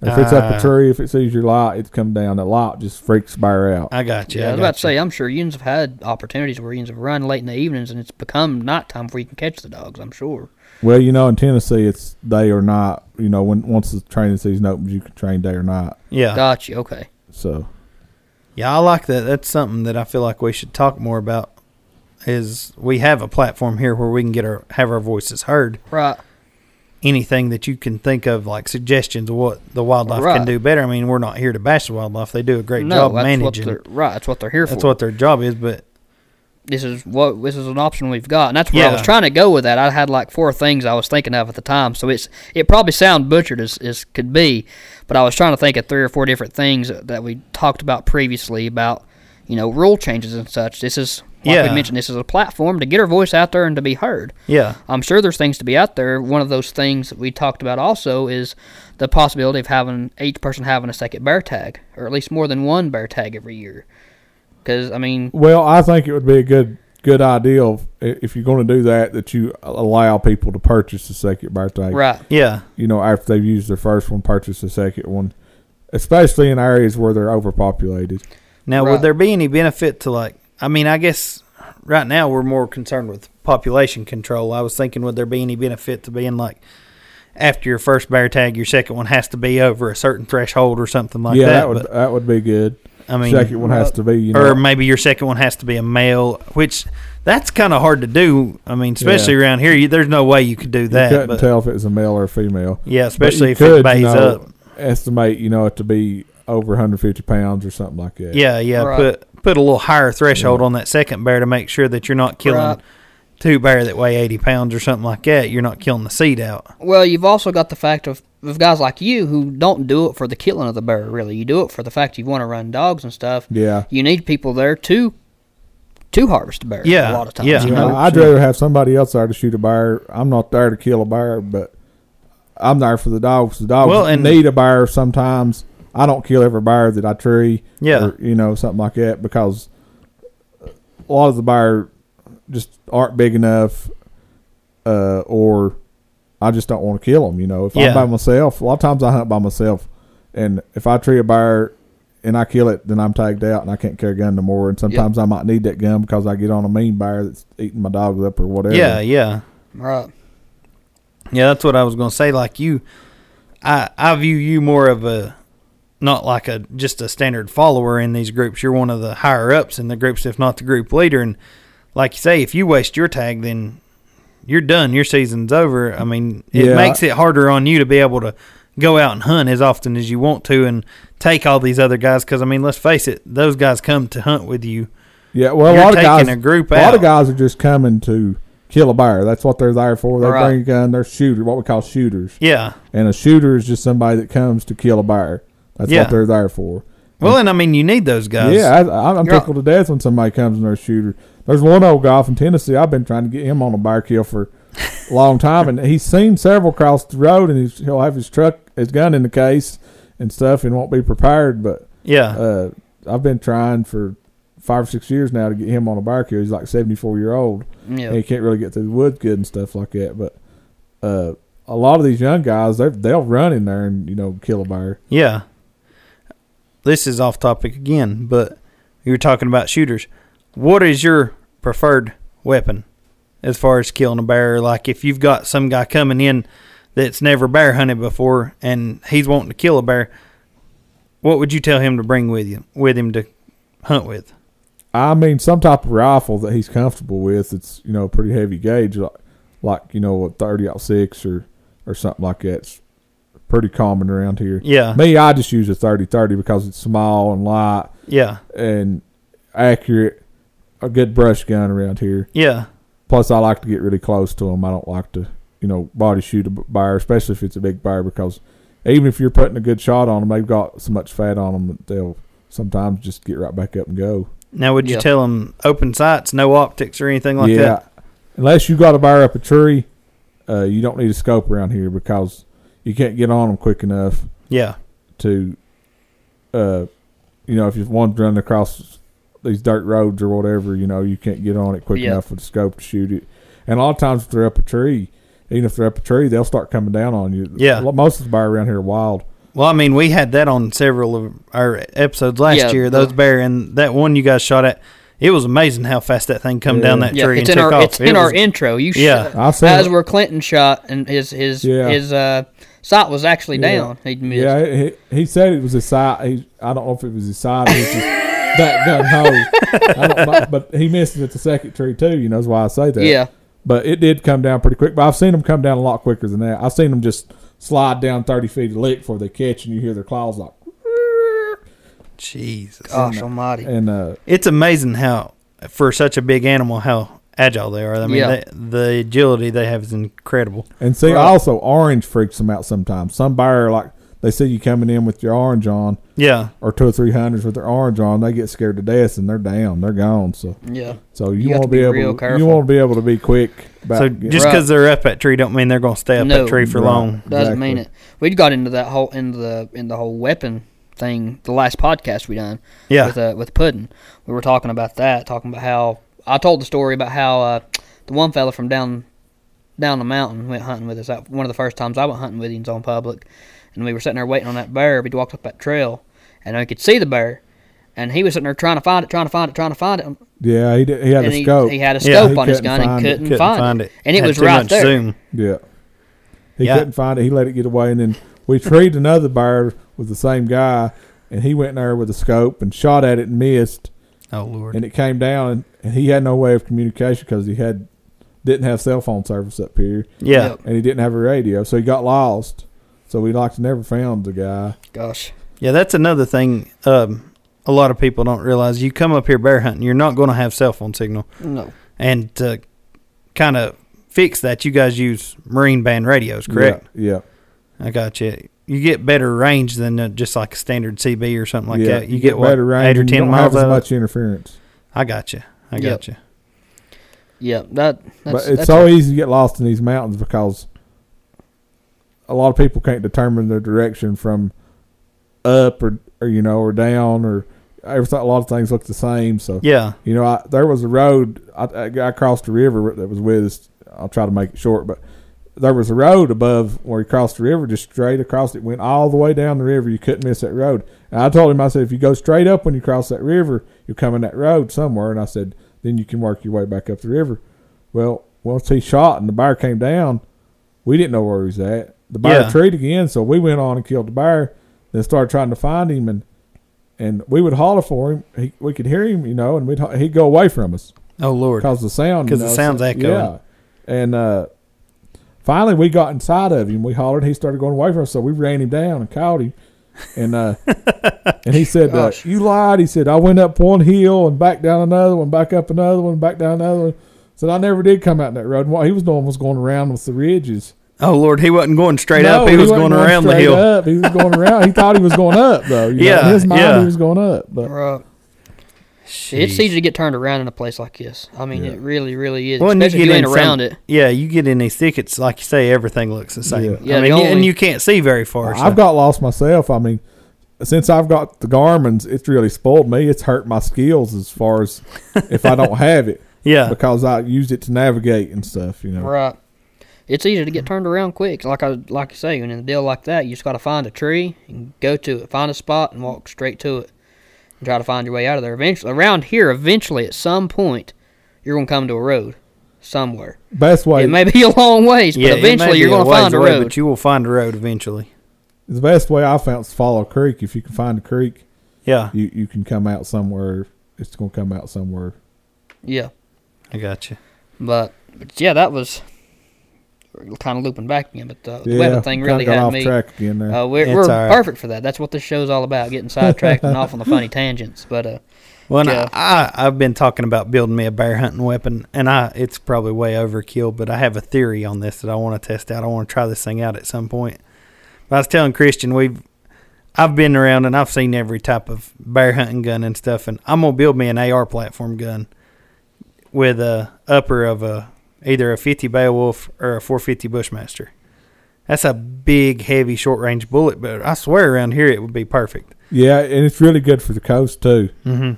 S4: If it's up
S2: Ah.
S4: a tree, if it sees your light, it's come down. The light just freaks bear out.
S2: I got you.
S3: Yeah, I was
S2: got
S3: about to
S2: you.
S3: say, I'm sure yous have had opportunities where yous have run late in the evenings and it's become nighttime where you can catch the dogs, I'm sure.
S4: Well, you know, in Tennessee, it's day or night. You know, when once the training season opens, you can train day or night.
S2: Yeah.
S3: Gotcha, okay.
S4: So
S2: Yeah, I like that. That's something that I feel like we should talk more about. Is we have a platform here where we can get our have our voices heard.
S3: Right.
S2: Anything that you can think of, like suggestions of what the wildlife can
S3: Right.
S2: do better. I mean, we're not here to bash the wildlife; they do a great
S3: no,
S2: job
S3: that's what
S2: managing.
S3: they're right, that's what they're here
S2: that's
S3: for.
S2: what their job is. But
S3: this is what this is an option we've got, and that's where I was
S2: Yeah.
S3: trying to go with that. I had like four things I was thinking of at the time, so it's it probably sound butchered as, as could be, but I was trying to think of three or four different things that we talked about previously about you know rule changes and such. This is like
S2: Yeah.
S3: we mentioned, this is a platform to get our voice out there and to be heard.
S2: Yeah.
S3: I'm sure there's things to be out there. One of those things that we talked about also is the possibility of having each person having a second bear tag, or at least more than one bear tag every year. Because I mean,
S4: Well, I think it would be a good good idea if, if you're going to do that that you allow people to purchase the second birthday.
S3: right?
S2: Yeah.
S4: You know, after they've used their first one, purchase the second one, especially in areas where they're overpopulated.
S2: Now,
S3: Right.
S2: would there be any benefit to like? I mean, I guess right now we're more concerned with population control. I was thinking, would there be any benefit to being like after your first bear tag, your second one has to be over a certain threshold or something like
S4: yeah,
S2: that?
S4: that, would
S2: but,
S4: that would be good.
S2: I mean,
S4: second one has to be you
S2: or
S4: know
S2: maybe your second one has to be a male, which that's kind of hard to do. I mean, especially around here, you, there's no way you could do
S4: you couldn't
S2: that. But
S4: tell if it was a male or a female.
S2: yeah,
S4: But
S2: especially
S4: you
S2: if
S4: could,
S2: it bays
S4: you know,
S2: up.
S4: Estimate you know it to be over 150 pounds or something like that.
S2: Yeah, yeah.
S3: Right.
S2: Put put a little higher threshold
S4: Yeah.
S2: on that second bear to make sure that you're not killing
S3: Right.
S2: two bear that weigh eighty pounds or something like that. You're not killing the seed out.
S3: Well, you've also got the fact of, of guys like you who don't do it for the killing of the bear. Really, you do it for the fact you want to run dogs and stuff.
S4: Yeah.
S3: You need people there to to harvest a bear.
S2: Yeah,
S3: a lot of times.
S2: yeah.
S3: you
S4: You know,
S3: know?
S4: I'd rather have somebody else there to shoot a bear. I'm not there to kill a bear, but I'm there for the dogs. The dogs
S2: Well, and-
S4: need a bear sometimes. I don't kill every bear that I tree,
S2: Yeah.
S4: or, you know, something like that, because a lot of the bear just aren't big enough, uh, or I just don't want to kill them. You know, if
S2: Yeah.
S4: I'm by myself, a lot of times I hunt by myself, and if I tree a bear and I kill it, then I'm tagged out and I can't carry a gun no more. And sometimes I might need that gun because I get on a mean bear that's eating my dogs up or whatever.
S2: Yeah, yeah,
S3: Right.
S2: yeah. That's what I was gonna say. Like you, I I view you more of a not like a just a standard follower in these groups. You're one of the higher ups in the groups, if not the group leader. And like you say, if you waste your tag, then you're done. Your season's over. I mean, it
S4: Yeah.
S2: makes it harder on you to be able to go out and hunt as often as you want to and take all these other guys. Because I mean, let's face it, those guys come to hunt with you.
S4: yeah. Well,
S2: You're
S4: a lot of
S2: taking
S4: guys,
S2: a group
S4: lot of
S2: out.
S4: guys are just coming to kill a bear. That's what they're there for. They
S3: Right.
S4: bring a gun. They're shooter, what we call shooters,
S2: Yeah.
S4: and a shooter is just somebody that comes to kill a bear. That's
S2: Yeah.
S4: what they're there for.
S2: Well, and I mean, you need those guys.
S4: Mm. Yeah, I, I'm- I'm
S3: You're-
S4: tickled to death when somebody comes and they're a shooter. There's one old guy from Tennessee. I've been trying to get him on a bear kill for a long time, and he's seen several cross the road, and he's, he'll have his truck, his gun in the case and stuff, and won't be prepared. But
S2: Yeah.
S4: uh, I've been trying for five or six years now to get him on a bear kill. He's like 74 year old,
S3: Yeah.
S4: and he can't really get through the woods good and stuff like that. But uh, a lot of these young guys, they they'll run in there and you know kill a bear.
S2: Yeah. This is off topic again, but you were talking about shooters. What is your preferred weapon as far as killing a bear? Like if you've got some guy coming in that's never bear hunted before and he's wanting to kill a bear, what would you tell him to bring with you with him to hunt with?
S4: I mean, some type of rifle that he's comfortable with. It's you know pretty heavy gauge, like like you know a thirty out six or or something like that. It's pretty common around here.
S2: Yeah.
S4: Me, I just use a thirty thirty because it's small and light
S2: Yeah.
S4: and accurate. A good brush gun around here.
S2: Yeah.
S4: Plus, I like to get really close to them. I don't like to you know body shoot a b- bear, especially if it's a big bear, because even if you're putting a good shot on them, they've got so much fat on them that they'll sometimes just get right back up and go.
S2: Now would you
S3: Yeah.
S2: tell him open sights, no optics or anything like that?
S4: Unless you got to buy up a tree, uh, you don't need a scope around here because you can't get on them quick enough
S2: Yeah.
S4: to, uh, you know, if you want to run across these dirt roads or whatever, you know, you can't get on it quick
S3: Yeah.
S4: enough with a scope to shoot it. And a lot of times, if they're up a tree, even if they're up a tree, they'll start coming down on you.
S2: Yeah.
S4: Most of the bear around here are wild.
S2: Well, I mean, we had that on several of our episodes last
S3: Yeah,
S2: year.
S3: the-
S2: Those bear and that one you guys shot at, it was amazing how fast that thing come down
S4: Yeah.
S2: that
S3: Yeah,
S2: tree
S3: it's
S2: and
S3: in
S2: took
S3: our
S2: off.
S3: it's
S2: It
S3: in our
S2: was-
S3: intro. You
S2: Yeah.
S3: sh-
S4: I've seen
S3: that is
S4: it.
S3: where Clinton shot, and his his
S4: Yeah.
S3: his uh sight was actually
S4: Yeah.
S3: down. He missed.
S4: Yeah, he, he said it was his side. He, I don't know if it was his side. Or his, that gun hole. I don't know, but he missed it at the second tree too. You know, that's why I say that.
S3: yeah.
S4: But it did come down pretty quick. But I've seen them come down a lot quicker than that. I've seen them just slide down thirty feet a lick before they catch, and you hear their claws like.
S2: Jesus.
S3: Gosh Oh, Almighty.
S4: And uh,
S2: It's amazing how for such a big animal how agile they are. I mean,
S3: Yeah.
S2: they, the agility they have is incredible.
S4: And see,
S3: Right.
S4: also orange freaks them out sometimes. Some buyer like they see you coming in with your orange on
S2: Yeah,
S4: or two or three hundreds with their orange on, they get scared to death and they're down, they're gone. So
S3: Yeah.
S4: so
S3: You
S4: you,
S3: have
S4: want
S3: to
S4: to be
S3: be
S4: able
S3: real
S4: you
S3: careful.
S4: want to be able to be quick. About
S2: so
S4: getting-
S2: just
S3: Right.
S2: because they're up that tree, don't mean they're gonna stay up
S3: No.
S2: that tree for
S4: Right.
S2: long.
S3: Doesn't mean it.
S4: Exactly.
S3: We got into that whole into the in the whole weapon thing the last podcast we done.
S2: Yeah,
S3: With uh, with Puddin, we were talking about that, talking about how I told the story about how uh, the one fella from down down the mountain went hunting with us. That- One of the first times I went hunting with him was on public, and we were sitting there waiting on that bear. We walked up that trail, and I could see the bear, and he was sitting there trying to find it, trying to find it, trying to find it.
S4: yeah, he did, he had
S3: and
S4: a
S3: he,
S4: scope.
S3: he had a
S2: Yeah,
S3: scope
S4: he
S3: on his
S4: couldn't
S3: gun and
S4: find it.
S3: couldn't, find, it. and it
S2: Had
S3: was
S2: too
S3: right
S2: much
S3: there.
S2: Zoom.
S4: yeah, he
S2: Yeah.
S4: couldn't find it. He let it get away, and then we treated another buyer with the same guy, and he went in there with a scope and shot at it and missed.
S2: Oh lord.
S4: and it came down and, and he had no way of communication because he had didn't have cell phone service up here
S2: yeah,
S3: Yep.
S4: and he didn't have a radio so he got lost so we like never found the guy
S3: Gosh,
S2: yeah. That's another thing. Um, a lot of people don't realize you come up here bear hunting, you're not gonna have cell phone signal,
S3: no,
S2: and to kind of fix that, you guys use marine band radios, correct?
S4: yeah, yeah.
S2: I got you. You get better range than uh, just like a standard CB or something like
S4: yeah.
S2: that. You, get, what, eight or
S4: and you
S2: ten
S4: don't
S2: miles
S4: have
S2: out.
S4: as
S2: of it?
S4: much interference
S2: I got you. I
S3: Yep.
S2: got you.
S3: yeah, that that's,
S4: but it's
S3: that's
S4: so easy to get lost in these mountains because a lot of people can't determine their direction from up or, or you know or down or everything a lot of things look the same so
S2: Yeah,
S4: You know, I, there was a road I, I, I crossed the river that was with us. I'll try to make it short, but there was a road above where you crossed the river, just straight across it, went all the way down the river. You couldn't miss that road. And I told him, I said, if you go straight up when you cross that river, you'll come in that road somewhere. And I said, then you can work your way back up the river. Well, once he shot and the bear came down, we didn't know where he was at. The bear
S2: Yeah.
S4: treed again, so we went on and killed the bear. Then started trying to find him, and and we would holler for him. He, we could hear him, you know, and we'd ho- he'd go away from us
S2: Oh Lord.
S4: because the sound
S2: 'Cause
S4: you
S2: the
S4: know,
S2: sound's
S4: so-
S2: echoing.
S4: Yeah, and uh, finally we got inside of him. We hollered. He started going away from us, so we ran him down and caught him. And uh, and he said, uh,
S3: Gosh.
S4: "You lied." He said, "I went up one hill and back down another one, back up another one, back down another one." Said I never did come out in that road. And what he was doing was going around with the ridges.
S2: Oh Lord, he wasn't going straight
S4: No,
S2: up. He, was
S4: wasn't
S2: going around the
S4: straight
S2: hill.
S4: Up. He was going around. he thought he was going up though. you know.
S2: Yeah,
S4: in his mind
S2: yeah.
S4: he was going up. But
S3: Right. It's easy to get turned around in a place like this. I mean,
S4: Yeah.
S3: it really, really is.
S2: Well, and you
S3: Especially if
S2: get
S3: you ain't
S2: in
S3: around
S2: some-
S3: it.
S2: Yeah, you get in these thickets, like you say, everything looks the same.
S4: Yeah.
S3: Yeah,
S2: I
S3: the
S2: mean, you- and
S3: only-
S2: you can't see very far. so-
S4: I've got lost myself. I mean, since I've got the Garmin's, it's really spoiled me. It's hurt my skills as far as if I don't have it
S2: yeah,
S4: because I use it to navigate and stuff. You know,
S3: Right. It's easy to get turned around quick. Like I like you say, and in a deal like that, you just got to find a tree and go to it. Find a spot and walk straight to it. And try to find your way out of there. Eventually, around here, eventually, at some point, you're going to come to a road somewhere.
S4: best way
S3: It may be a long ways, but
S2: yeah. it may
S3: eventually
S2: be
S3: you're
S2: a
S3: going to
S2: ways
S3: find a
S2: away,
S3: road.
S2: but you will find a road eventually.
S4: the best way I found is follow a creek. If you can find a creek,
S2: Yeah,
S4: you you can come out somewhere. It's gonna come out somewhere.
S3: yeah.
S2: I got you.
S3: But, but yeah, that was kind of looping back again. But uh, the, the
S4: yeah,
S3: weapon thing
S4: kinda
S3: really
S4: got
S3: had
S4: off
S3: me.
S4: track again there.
S3: Uh, we're
S2: It's
S3: we're
S2: all right.
S3: perfect for that. That's what this show's all about, getting sidetracked and off on the funny tangents. But uh,
S2: Well, and
S3: Yeah.
S2: I, I I've been talking about building me a bear hunting weapon, and I it's probably way overkill, but I have a theory on this that I want to test out. I want to try this thing out at some point. But I was telling Christian we've I've been around and I've seen every type of bear hunting gun and stuff, and I'm gonna build me an AR platform gun with a upper of a either a 50 Beowulf or a 450 Bushmaster. That's a big, heavy, short range bullet, but I swear around here it would be perfect.
S4: yeah, and it's really good for the coast too.
S2: Mm-hmm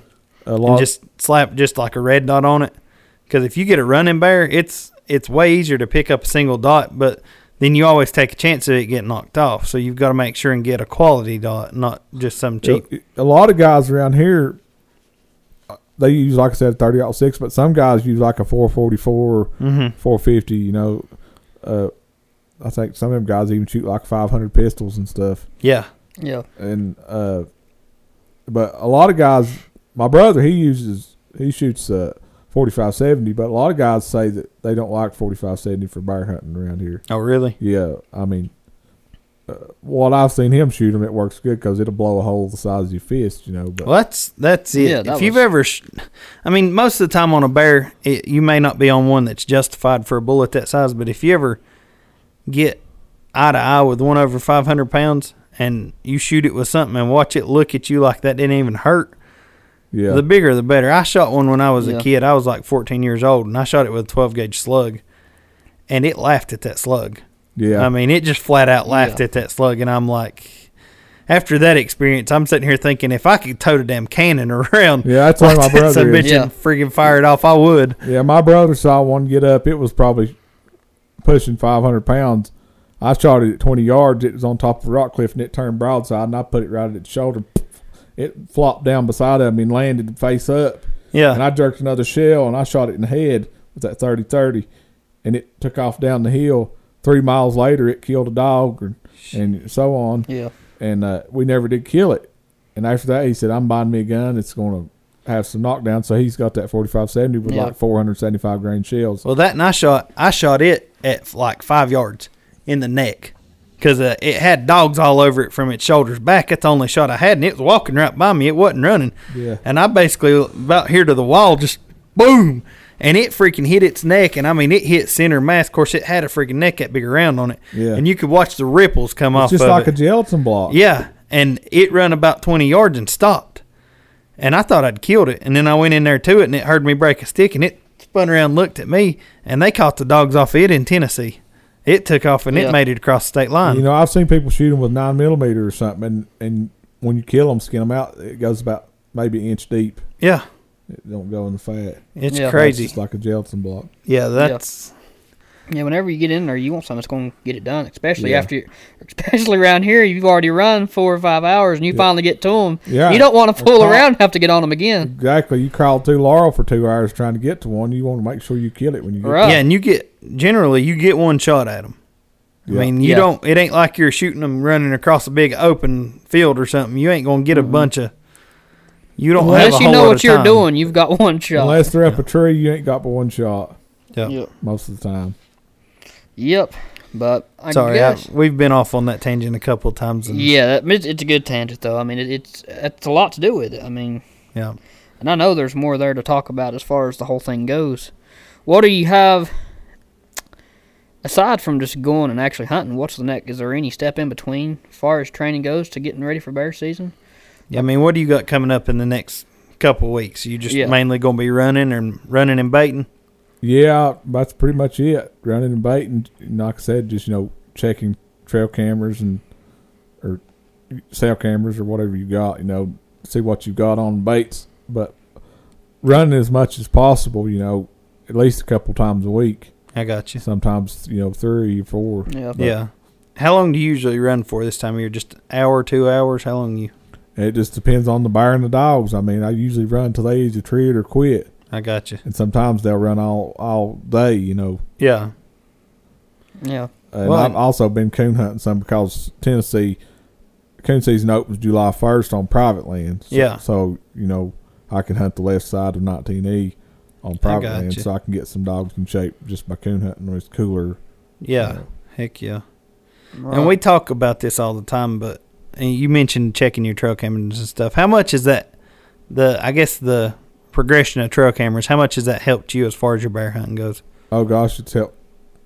S4: A
S2: and
S4: lot.
S2: just slap just like a red dot on it. Because if you get a running bear, it's it's way easier to pick up a single dot, but then you always take a chance of it getting knocked off. So you've got to make sure and get a quality dot, not just some cheap.
S4: A lot of guys around here, uh, they use like I said, thirty out six, but some guys use like a four forty four,
S2: Mm-hmm.
S4: four fifty. You know, uh, I think some of them guys even shoot like five hundred pistols and stuff.
S2: Yeah,
S3: yeah,
S4: And uh, but a lot of guys, my brother, he uses he shoots uh forty five seventy, but a lot of guys say that they don't like forty five seventy for bear hunting around here.
S2: Oh, really?
S4: Yeah, I mean, uh, what I've seen him shoot them, it works good because it'll blow a hole the size of your fist, you know. But
S2: Well, that's that's it.
S3: Yeah, that
S2: if you've
S3: was-
S2: ever, sh- I mean, most of the time on a bear, it, you may not be on one that's justified for a bullet that size, but if you ever get eye to eye with one over five hundred pounds and you shoot it with something and watch it look at you like that didn't even hurt,
S4: yeah,
S2: the bigger the better. I shot one when I was
S3: Yeah.
S2: a kid. I was like fourteen years old, and I shot it with a twelve gauge slug, and it laughed at that slug.
S4: yeah,
S2: I mean, it just flat out laughed
S3: Yeah.
S2: at that slug, and I'm like, after that experience, I'm sitting here thinking if I could tote a damn cannon around,
S4: Yeah, that's why my
S2: like this,
S4: brother
S2: I
S4: is.
S2: bet you
S3: Yeah.
S2: freaking fire it off. I would.
S4: yeah. My brother saw one get up. It was probably pushing 500 pounds. I shot it at 20 yards. It was on top of a rock cliff and it turned broadside, and I put it right at its shoulder. It flopped down beside him and landed face up. And
S2: Yeah,
S4: I jerked another shell and I shot it in the head with that 30 30. And it took off down the hill. Three miles later, it killed a dog and, and so on.
S3: Yeah.
S4: And uh, we never did kill it. And after that, he said, I'm buying me a gun. It's going to have some knockdown. So he's got that 45 70 with
S3: Yeah.
S4: like 475 grain shells.
S2: well, that and I shot, I shot it at like five yards in the neck because uh, it had dogs all over it from its shoulders back. That's the only shot I had, and it was walking right by me. It wasn't running.
S4: Yeah.
S2: and I basically about here to the wall, just boom, and it freaking hit its neck, and I mean it hit center mass. Of course, it had a freaking neck that big around on it,
S4: Yeah.
S2: and you could watch the ripples come off
S4: It's just
S2: of
S4: like
S2: it.
S4: a gelatin block.
S2: yeah, and it run about twenty yards and stopped, and I thought I'd killed it, and then I went in there to it, and it heard me break a stick, and it spun around, and looked at me, and they caught the dogs off it in Tennessee. It took off and
S3: Yeah.
S2: it made it across the state line.
S4: You know, I've seen people shoot them with 9 millimeter or something. And, and when you kill them, skin them out, it goes about maybe an inch deep.
S2: yeah,
S4: It don't go in the fat.
S2: it's
S3: Yeah. That's
S4: It's
S2: crazy.
S4: just like a gelatin block.
S2: yeah, that's
S3: Yeah, whenever you get in there, you want something that's going to get it done, especially
S4: Yeah.
S3: after, you, especially around here, you've already run four or five hours, and you finally get to them.
S4: Yeah.
S3: You don't want to fool
S4: caught.
S3: around and have to get on them again.
S4: Exactly. You crawled through Laurel for two hours trying to get to one. You want to make sure you kill it when you get
S3: Right.
S2: yeah, and you get generally you get one shot at them. I
S4: Yeah.
S2: mean, you
S3: Yeah.
S2: don't. It ain't like you're shooting them running across a big open field or something. You ain't gonna get a bunch of. You don't have a
S3: Mm-hmm. Unless you
S2: whole
S3: know
S2: lot
S3: what
S2: of
S3: you're
S2: time.
S3: doing, you've got one
S4: there.
S3: shot.
S4: Unless they're up a tree, you ain't got but one shot
S2: Yeah.
S3: yep.
S4: most of the time.
S3: Yep. But I
S2: Sorry, I,
S3: guess.
S2: we've been off on that tangent a couple of times. And,
S3: yeah, that, it's, it's a good tangent though. I mean, it, it's it's a lot to do with it. I mean,
S2: yeah.
S3: and I know there's more there to talk about as far as the whole thing goes. What do you have aside from just going and actually hunting? What's the next? Is there any step in between as far as training goes to getting ready for bear season?
S2: Yeah, I mean, what do you got coming up in the next couple of weeks? You just
S3: Yeah.
S2: mainly gonna be running and running and baiting.
S4: Yeah, that's pretty much it. Running and baiting. And like I said, just, you know, checking trail cameras and or cell cameras or whatever you got, you know, see what you got on baits. But running as much as possible, you know, at least a couple times a week.
S2: I got you.
S4: Sometimes, you know, three or four.
S3: Yeah.
S2: yeah. How long do you usually run for this time of year? Just an hour, two hours? How long you?
S4: It just depends on the bear and the dogs. I mean, I usually run till they either treat or quit,
S2: I got you.
S4: and sometimes they'll run all all day. You know,
S2: Yeah.
S3: Yeah.
S4: and
S2: Well,
S4: I've also been coon hunting some because Tennessee coon season opens July first on private land. So,
S2: Yeah.
S4: so you know I can hunt the left side of 19E on private land,
S2: gotcha.
S4: so I can get some dogs in shape just by coon hunting when it's cooler.
S2: Yeah.
S4: Yeah.
S2: Heck yeah.
S3: Right.
S2: And we talk about this all the time, but and you mentioned checking your trail cameras and stuff. How much is that the I guess the progression of trail cameras, how much has that helped you as far as your bear hunting goes?
S4: Oh gosh, it's helped.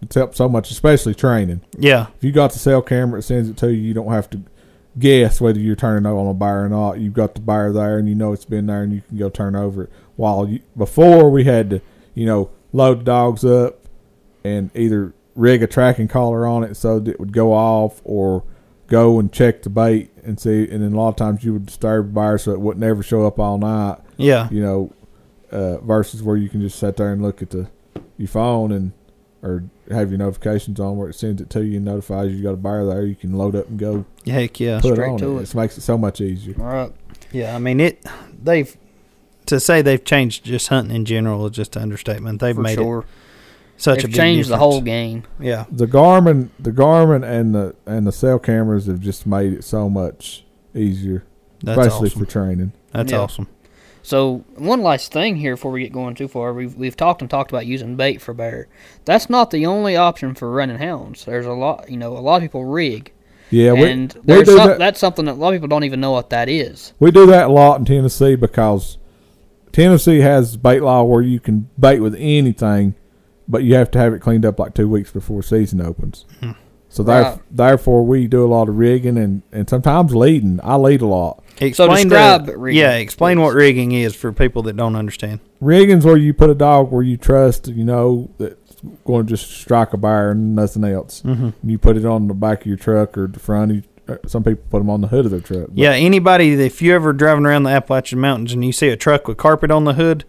S4: It's helped so much, especially training.
S2: Yeah.
S4: If you got the cell camera, it sends it to you. You don't have to guess whether you're turning on a buyer or not. You've got the buyer there, and you know it's been there, and you can go turn over it. While you, before we had to, you know, load the dogs up and either rig a tracking collar on it so that it would go off, or go and check the bait and see. And then a lot of times you would disturb the buyer so it wouldn't ever show up all night.
S2: Yeah.
S4: You know, uh, versus where you can just sit there and look at the your phone and or have your notifications on where it sends it to you and notifies you you got a buyer there. You can load up and go
S2: Heck yeah.
S4: put
S3: Straight
S4: on
S3: to
S4: it.
S3: it.
S4: It makes it so much easier.
S3: Right.
S2: Yeah. I mean it they've to say they've changed just hunting in general is just an understatement. They've
S3: For
S2: made
S3: sure.
S2: it such a
S3: They've
S2: big
S3: changed the
S2: difference.
S3: whole game.
S2: Yeah.
S4: The Garmin, the Garmin, and the and the cell cameras have just made it so much easier,
S2: That's
S4: especially
S2: awesome.
S4: for training.
S2: That's
S3: Yeah.
S2: awesome.
S3: So one last thing here before we get going too far, we've we've talked and talked about using bait for bear. That's not the only option for running hounds. There's a lot, you know, a lot of people rig.
S4: Yeah, we-
S3: and
S4: we
S3: there's
S4: do
S3: some,
S4: that-
S3: that's something that a lot of people don't even know what that is.
S4: We do that a lot in Tennessee because Tennessee has bait law where you can bait with anything, but you have to have it cleaned up like two weeks before season opens. So there,
S3: Right.
S4: therefore, we do a lot of rigging and, and sometimes leading. I lead a lot.
S3: So describe
S2: the,
S3: rigging,
S2: Yeah, explain what
S3: please.
S2: rigging is for people that don't understand.
S4: Rigging's where you put a dog where you trust, you know, that's going to just strike a buyer and nothing else. Mm-hmm. You put it on the back of your truck or the front. Of, your- uh, some people put them on the hood of their truck. but-
S2: Yeah, anybody, that- if you ever driving around the Appalachian Mountains and you see a truck with carpet on the hood,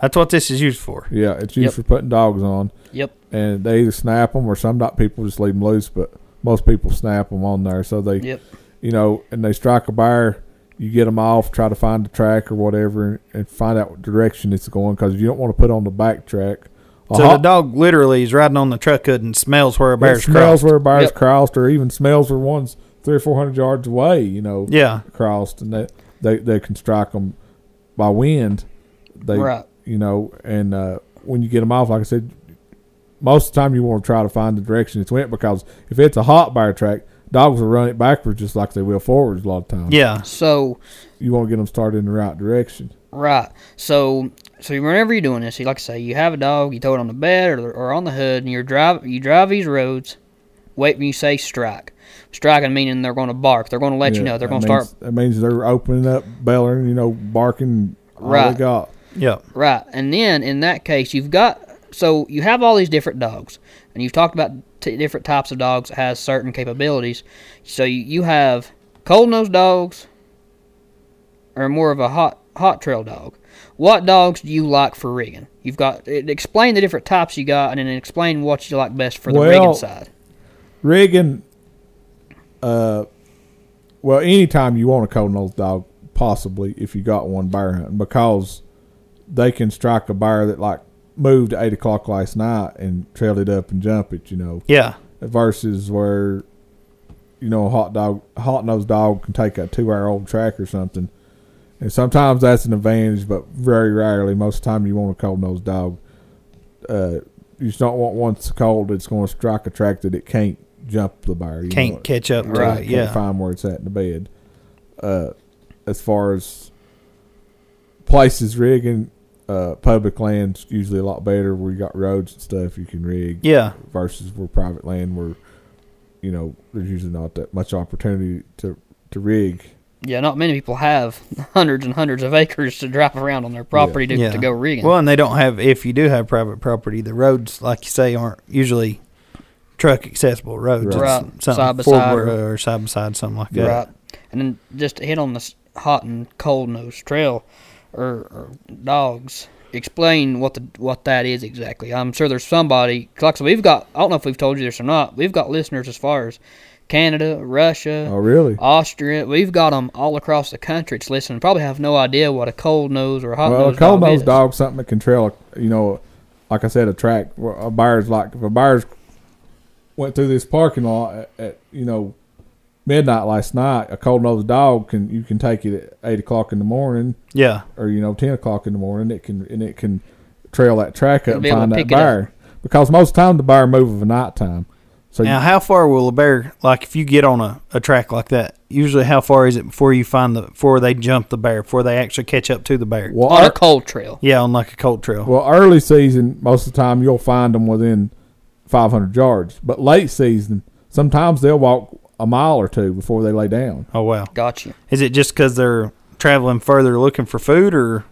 S2: that's what this is used for.
S4: Yeah, it's used
S3: Yep.
S4: for putting dogs on.
S3: Yep.
S4: and they either snap them or some not people just leave them loose, but most people snap them on there. So they,
S3: Yep.
S4: you know, and they strike a buyer. You get them off, try to find the track or whatever, and, and find out what direction it's going because you don't want to put on the back track. A
S2: So
S4: hot-
S2: the dog literally is riding on the truck hood and smells where a
S4: Uh-huh. it
S2: bear's
S4: smells
S2: crossed.
S4: where a bear's
S3: Yep.
S4: crossed, or even smells where one's three or four hundred yards away. You know,
S2: yeah,
S4: crossed, and they they, they can strike them by wind. They,
S3: Right.
S4: you know, and uh, when you get them off, like I said, most of the time you want to try to find the direction it's went because if it's a hot buyer track, dogs will run it backwards just like they will forwards a lot of times.
S2: yeah.
S3: So
S4: you want to get them started in the right direction.
S3: right. So so whenever you're doing this, you like I say, you have a dog, you throw it on the bed or, or on the hood, and you drive you drive these roads. Wait when you say strike. Striking meaning they're going to bark. They're going to let you
S4: Yeah,
S3: know. They're going
S4: that
S3: to
S4: means-
S3: start
S4: That means they're opening up, bellowing, you know, barking. All
S3: Right.
S4: they got.
S2: Yeah.
S3: Right. And then in that case, you've got so you have all these different dogs, and you've talked about t- different types of dogs that has certain capabilities. So you, you have cold nosed dogs, or more of a hot hot trail dog. What dogs do you like for rigging? You've got it- explain the different types you got, and then explain what you like best for the rigging
S4: Well-
S3: side.
S4: Rigging, uh, well, anytime you want a cold nosed dog, possibly if you got one bear hunting, because they can strike a bear that like moved at eight o'clock last night and trailed it up and jump it, you know,
S2: Yeah.
S4: versus where you know a hot dog, hot nosed dog can take a two hour old track or something, and sometimes that's an advantage, but very rarely. Most of the time, you want a cold nosed dog. Uh, you just don't want one that's cold that's going to strike a track that it can't jump the bar. You
S2: Can't
S4: know,
S2: catch up to
S4: or
S2: it.
S4: Can't
S2: Yeah.
S4: find where it's at in the bed. Uh, as far as places rigging, uh, public land's usually a lot better. Where you got roads and stuff, you can rig
S2: Yeah.
S4: versus where private land where you know there's usually not that much opportunity to to rig
S3: Yeah, not many people have hundreds and hundreds of acres to drive around on their property to,
S2: yeah.
S3: to go rigging.
S2: Well, and they don't have, if you do have private property, the roads, like you say, aren't usually truck accessible roads. It's
S3: Right. Side by
S2: Something
S3: side
S2: forward
S3: or-
S2: or side by side, something like that.
S3: Right. And then just to hit on this hot and cold nose trail or, or dogs. Explain what the what that is exactly. I'm sure there's somebody. 'cause Like I said, we've got. I don't know if we've told you this or not. We've got listeners as far as Canada, Russia,
S4: oh really
S3: Austria. We've got them all across the country. It's listening. Probably have no idea what a cold nose or a hot
S4: well a
S3: nose.
S4: cold
S3: dog
S4: nosed
S3: is.
S4: dog something that can trail you know like i said a track where a buyer's like if a buyer's went through this parking lot at, at you know midnight last night a cold nosed dog can you can take it at eight o'clock in the morning
S2: Yeah.
S4: or you know ten o'clock in the morning it can and it can trail that track
S3: It'll
S4: up and
S3: be able
S4: find
S3: to
S4: that
S3: pick it up.
S4: buyer because most of the time the buyer move of a night time so you-
S2: Now, how far will a bear, like if you get on a, a track like that, usually how far is it before you find the, before they jump the bear, before they actually catch up to the bear?
S4: well,
S3: on
S4: our-
S3: a cold trail.
S2: Yeah, on like a colt trail.
S4: Well, early season, most of the time you'll find them within 500 yards. But late season, sometimes they'll walk a mile or two before they lay down.
S2: oh, wow.
S3: Got you.
S2: Is it just because they're traveling further looking for food, or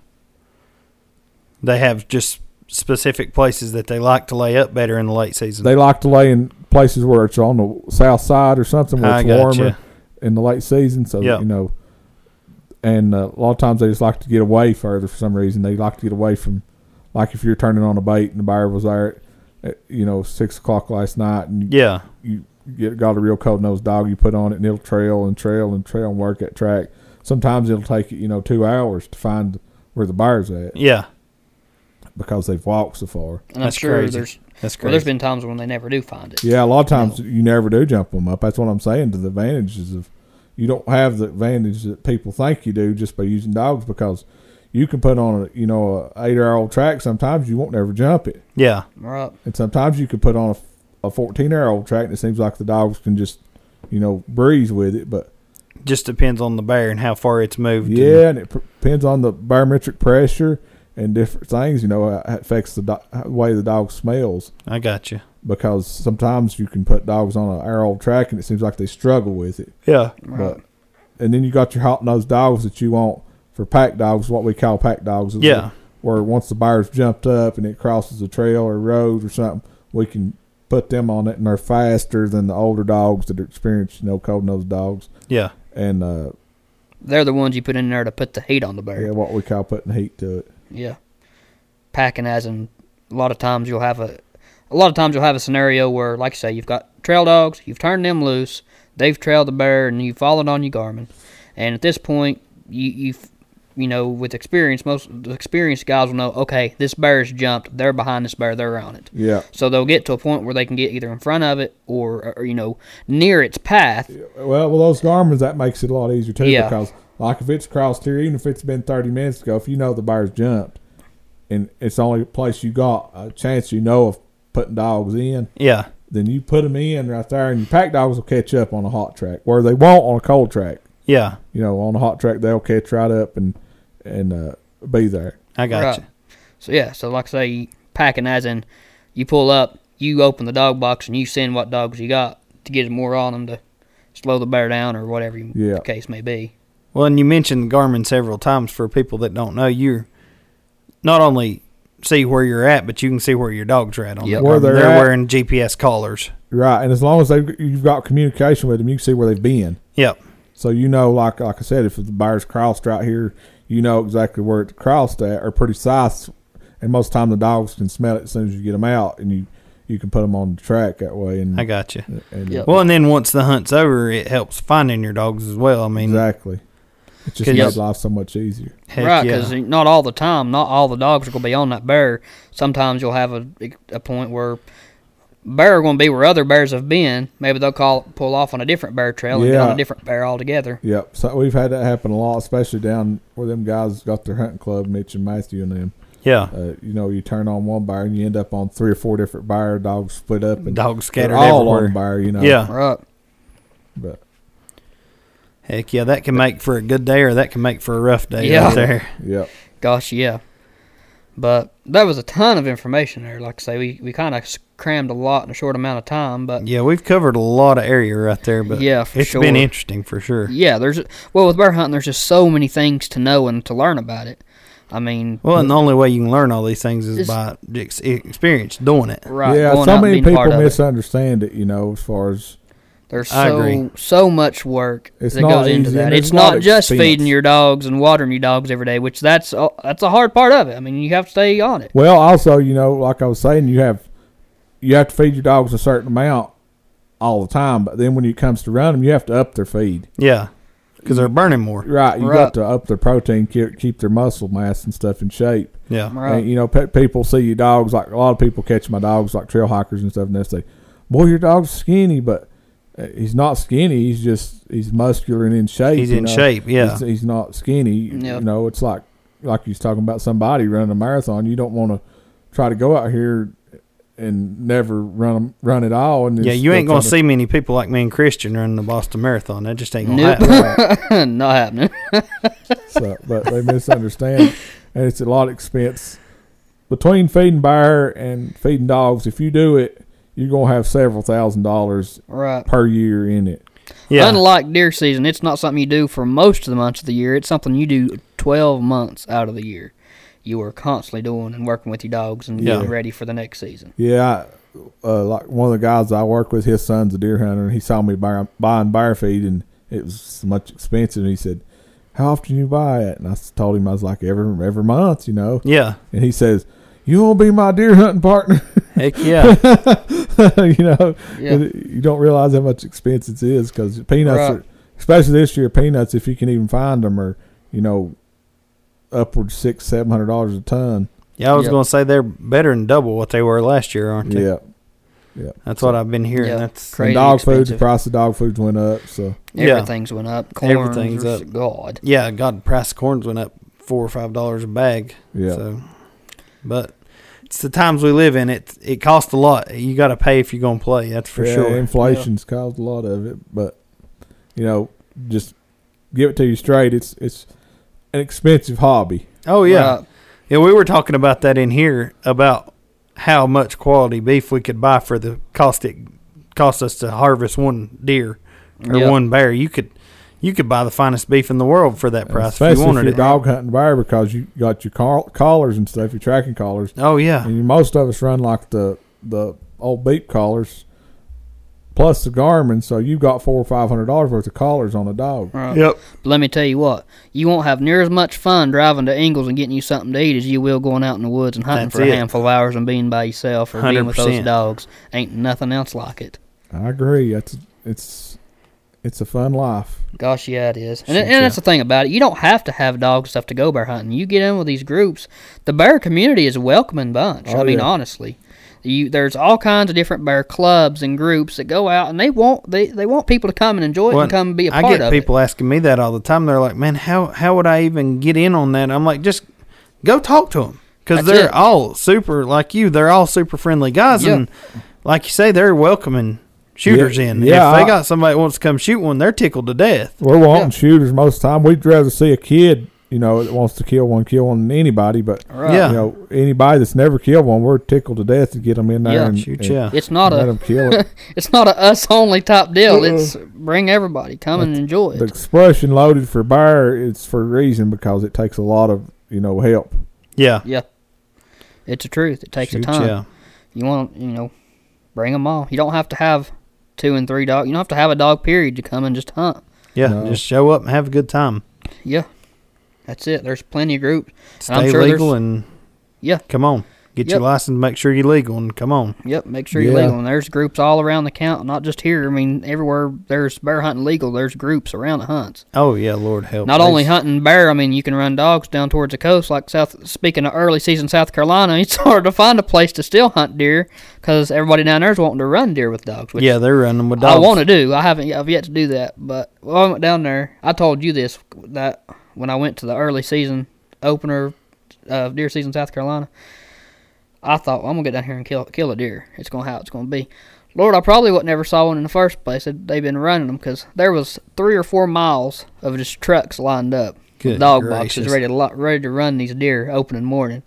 S2: they have just specific places that they like to lay up better in the late season?
S4: They like to lay in places where it's on the south side or something where
S2: I
S4: it's
S2: gotcha.
S4: warmer in the late season. So,
S2: Yeah.
S4: you know, and uh, a lot of times they just like to get away further for some reason. They like to get away from, like if you're turning on a bait and the buyer was there at, at you know, 6 o'clock last night and you
S2: yeah,
S4: you get got a real cold nosed dog you put on it and it'll trail and trail and trail and work that track. Sometimes it'll take you, you know, two hours to find where the buyer's at
S2: yeah.
S4: because they've walked so far.
S3: And
S2: That's
S3: I'm sure
S2: crazy.
S3: there's
S2: That's crazy.
S3: well, there's been times when they never do find it.
S4: Yeah, a lot of times you never do jump them up. That's what I'm saying to the advantages of you don't have the advantage that people think you do just by using dogs because you can put on a you know a eight hour old track. Sometimes you won't never jump it,
S2: yeah,
S3: Right.
S4: and sometimes you can put on a, a fourteen hour old track and it seems like the dogs can just you know, breeze with it. But
S2: Just depends on the bear and how far it's moved. and-
S4: yeah, and it p- depends on the barometric pressure and different things. You know, how it affects the do- how- way the dog smells
S2: I got you.
S4: because sometimes you can put dogs on an hour old track and it seems like they struggle with it.
S2: Yeah.
S4: But and then you got your hot nosed dogs that you want for pack dogs, what we call pack dogs. is
S2: Yeah.
S4: Where once the buyer's jumped up and it crosses a trail or road or something, we can put them on it and they're faster than the older dogs that are experienced, you know, cold nosed dogs.
S2: Yeah.
S4: And uh
S3: They're the ones you put in there to put the heat on the bear.
S4: yeah, what we call putting heat to it.
S3: Yeah. Packing as in a lot of times you'll have a a lot of times you'll have a scenario where, like I say, you've got trail dogs, you've turned them loose, they've trailed the bear and you've followed on your Garmin. And at this point you you've you know, with experience, most the experienced guys will know, okay, this bear's jumped, they're behind this bear, they're on it.
S4: Yeah.
S3: So they'll get to a point where they can get either in front of it or, or you know, near its path.
S4: Well well those Garmin's that makes it a lot easier too
S3: Yeah.
S4: because like if it's crossed here, even if it's been thirty minutes ago, if you know the buyer's jumped and it's the only place you got a chance you know of putting dogs in,
S2: Yeah.
S4: then you put them in right there, and your pack dogs will catch up on a hot track where they won't on a cold track.
S2: Yeah.
S4: You know, on a hot track they'll catch right up and and uh, be there.
S2: I got
S3: Right.
S2: you.
S3: So yeah, so like I say, packing as in, you pull up, you open the dog box, and you send what dogs you got to get more on them to slow the bear down or whatever you-
S4: Yeah.
S3: the case may be.
S2: Well, and you mentioned Garmin several times for people that don't know. You're not only see where you're at, but you can see where your dogs are at on
S3: Yep.
S2: the
S4: Where
S2: Garmin.
S4: they're
S2: They're,
S4: at.
S2: wearing GPS collars.
S4: Right, and as long as they you've got communication with them, you can see where they've been.
S2: Yep.
S4: So you know, like like I said, if the buyer's crossed right here, you know exactly where it's crossed at, or pretty size. And most time the dogs can smell it as soon as you get them out, and you you can put them on the track that way. And
S2: I got you.
S4: and-
S3: Yep.
S2: Well, and then once the hunt's over, it helps finding your dogs as well. I mean,
S4: exactly, it just
S2: 'Cause-
S4: makes life so much easier.
S2: heck
S3: right,
S2: yeah.
S3: because not all the time, not all the dogs are going to be on that bear. Sometimes you'll have a, a point where bear are going to be where other bears have been. Maybe they'll call pull off on a different bear trail and get on
S4: Yeah.
S3: a different bear altogether.
S4: Yep. So we've had that happen a lot, especially down where them guys got their hunting club, Mitch and Matthew and them.
S2: yeah.
S4: Uh, you know, you turn on one buyer and you end up on three or four different buyer dogs split up and
S2: Dogs
S4: they're
S2: scattered
S4: all
S2: everywhere.
S4: on buyer. You know.
S2: Yeah.
S3: Right.
S4: But
S2: Heck yeah, that can make for a good day or that can make for a rough day
S3: Yeah.
S2: right there.
S4: yep.
S3: Gosh, yeah. But that was a ton of information there. Like I say, we, we kind of crammed a lot in a short amount of time. But
S2: Yeah, we've covered a lot of area right there, but
S3: Yeah, for
S2: it's
S3: sure.
S2: been interesting for sure.
S3: yeah, there's well with bear hunting, there's just so many things to know and to learn about it. I mean,
S2: Well, and the only way you can learn all these things is
S3: It's-
S2: by ex- experience doing it.
S3: right?
S4: yeah.
S3: going
S4: So
S3: out
S4: many
S3: and being part
S4: people
S3: of it.
S4: misunderstand it. You know, as far as
S3: There's
S2: I
S3: so
S2: agree.
S3: so much work
S4: It's
S3: that
S4: not
S3: goes into
S4: easy,
S3: that.
S4: and
S3: It's
S4: there's a lot
S3: not
S4: of
S3: just
S4: expense.
S3: feeding your dogs and watering your dogs every day, which that's a, that's a hard part of it. I mean, you have to stay on it.
S4: well, also you know, like I was saying, you have you have to feed your dogs a certain amount all the time, but then when it comes to run them, you have to up their feed.
S2: Yeah, because they're burning more.
S4: Right. You
S3: Right.
S4: got to up their protein, keep, keep their muscle mass and stuff in shape.
S2: Yeah,
S3: Right.
S4: And, you know, pe- people see your dogs like a lot of people catch my dogs like trail hikers and stuff, and they say, "Boy, your dog's skinny," but uh, he's not skinny. He's just he's muscular and in shape.
S2: he's
S4: you
S2: in
S4: know.
S2: shape. Yeah,
S4: He's, he's not skinny.
S3: Yep.
S4: You know, it's like like you was talking about somebody running a marathon. You don't want to try to go out here and never run run at all. And
S2: yeah.
S4: just
S2: You
S4: go
S2: ain't gonna
S4: try to-
S2: see many people like me and Christian running the Boston Marathon. That just ain't gonna
S3: Nope.
S2: happen.
S3: not happening.
S4: so, but they misunderstand, and it's a lot of expense between feeding bear and feeding dogs. If you do it, you're gonna have several thousand dollars
S3: Right.
S4: per year in it.
S2: Yeah,
S3: Unlike deer season, it's not something you do for most of the months of the year. It's something you do 12 months out of the year. You are constantly doing and working with your dogs and
S2: Yeah.
S3: getting ready for the next season.
S4: Yeah, I, uh, like one of the guys I work with, his son's a deer hunter, and he saw me buy, buying bear feed, and it was much expensive. And he said, "How often you buy it?" And I s- told him I was like every every month, you know.
S2: yeah.
S4: And he says, "You won't be my deer hunting partner."
S2: Heck yeah.
S4: you know,
S3: Yeah.
S4: it- you don't realize how much expense it is because peanuts,
S3: Right.
S4: are, especially this year, peanuts, if you can even find them, are you know, upward six, seven hundred dollars a ton.
S2: Yeah, I was
S3: Yep.
S2: gonna say they're better than double what they were last year, aren't they?
S4: Yeah,
S2: That's what I've been hearing.
S3: Yeah.
S2: That's
S3: Crazy
S4: and dog food, the
S3: expensive.
S4: price of dog foods went up. So
S2: Yeah.
S3: Everything's went up. Corn,
S2: Everything's up.
S3: God.
S2: yeah. God, price of corns went up four or five dollars a bag.
S4: yeah,
S2: So, but it's it's the times we live in. It it costs a lot. You got to pay if you're gonna play. That's for
S4: Yeah,
S2: sure.
S4: Inflation's caused a lot of it, but you know, just give it to you straight. It's it's an expensive hobby.
S2: Oh yeah,
S3: Right.
S2: yeah. We were talking about that in here about how much quality beef we could buy for the cost it cost us to harvest one deer or
S3: Yep.
S2: one bear. You could you could buy the finest beef in the world for that price if you
S4: Especially if,
S2: wanted
S4: you're
S2: it.
S4: dog hunting bear because you got your col- collars and stuff, your tracking collars.
S2: Oh yeah,
S4: And most of us run like the the old beep collars, plus the Garmin. So you've got four or five hundred dollars worth of collars on a dog.
S3: Right.
S2: yep.
S3: But let me tell you what, you won't have near as much fun driving to Ingles and getting you something to eat as you will going out in the woods and hunting
S2: That's
S3: for a
S2: it.
S3: handful of hours and being by yourself or being with those
S2: 100%.
S3: dogs. Ain't nothing else like it.
S4: I agree. That's it's it's a fun life.
S3: Gosh, yeah, it is. And,
S4: Shit,
S3: and that's
S4: yeah.
S3: the thing about it. You don't have to have dogs and stuff to go bear hunting. You get in with these groups. The bear community is a welcoming bunch.
S4: Oh,
S3: I mean,
S4: yeah.
S3: honestly, you, there's all kinds of different bear clubs and groups that go out and they want they, they want people to come and enjoy it
S2: Well,
S3: and come and be a
S2: I
S3: part
S2: get
S3: of
S2: people asking me that all the time. They're like, "Man, how how would I even get in on that?" I'm like, "Just go talk to them because
S3: That's
S2: they're
S3: it.
S2: all super like you. They're all super friendly guys,
S3: Yeah.
S2: and like you say, they're welcoming shooters
S4: Yeah,
S2: in.
S4: yeah,
S2: if they
S4: I-
S2: got somebody that wants to come shoot one, they're tickled to death.
S4: We're wanting
S3: Yeah.
S4: shooters most of the time. We'd rather see a kid, you know, that wants to kill one, kill one than anybody. But
S3: it. Right.
S2: Yeah.
S4: you know, anybody that's never killed one, we're tickled to death to get them in there
S3: Yeah.
S4: and
S2: Shoot
S4: and
S2: ya.
S3: It's not
S4: let
S3: a
S4: them kill it.
S3: it's not a us only type deal. It's bring everybody, come and enjoy
S4: the
S3: it.
S4: expression loaded for bear, it's for a reason because it takes a lot of you know help.
S2: Yeah,
S3: Yeah, it's the truth. It takes a
S2: Shoot,
S3: time.
S2: yeah.
S3: You want you know, bring them all. You don't have to have two and three dog. You don't have to have a dog period to come and just hunt.
S2: Yeah,
S4: No.
S2: just show up and have a good time.
S3: Yeah, that's it. There's plenty of groups. And
S2: Stay
S3: sure
S2: legal
S3: there's-
S2: and
S3: Yeah.
S2: come on, get
S3: Yep.
S2: your license, make sure you're legal, and come on.
S3: Yep, make sure you're
S4: Yeah.
S3: legal. And there's groups all around the count, not just here. I mean, everywhere there's bear hunting legal, there's groups around the hunts.
S2: Oh yeah, Lord help.
S3: Not only
S2: These-
S3: hunting bear, I mean, you can run dogs down towards the coast. Like South, speaking of early season South Carolina, it's hard to find a place to still hunt deer because everybody down there's wanting to run deer with dogs. Which
S2: yeah, they're running with
S3: I
S2: dogs.
S3: want to do. I haven't. I've yet to do that. But when I went down there, I told you this that when I went to the early season opener of deer season, in South Carolina, I thought well, I'm gonna get down here and kill kill a deer. It's gonna how it's gonna be. Lord, I probably would never saw one in the first place. They'd they'd been running them because there was three or four miles of just trucks lined up, with
S2: Good
S3: dog
S2: gracious.
S3: boxes ready to lo- ready to run these deer opening morning.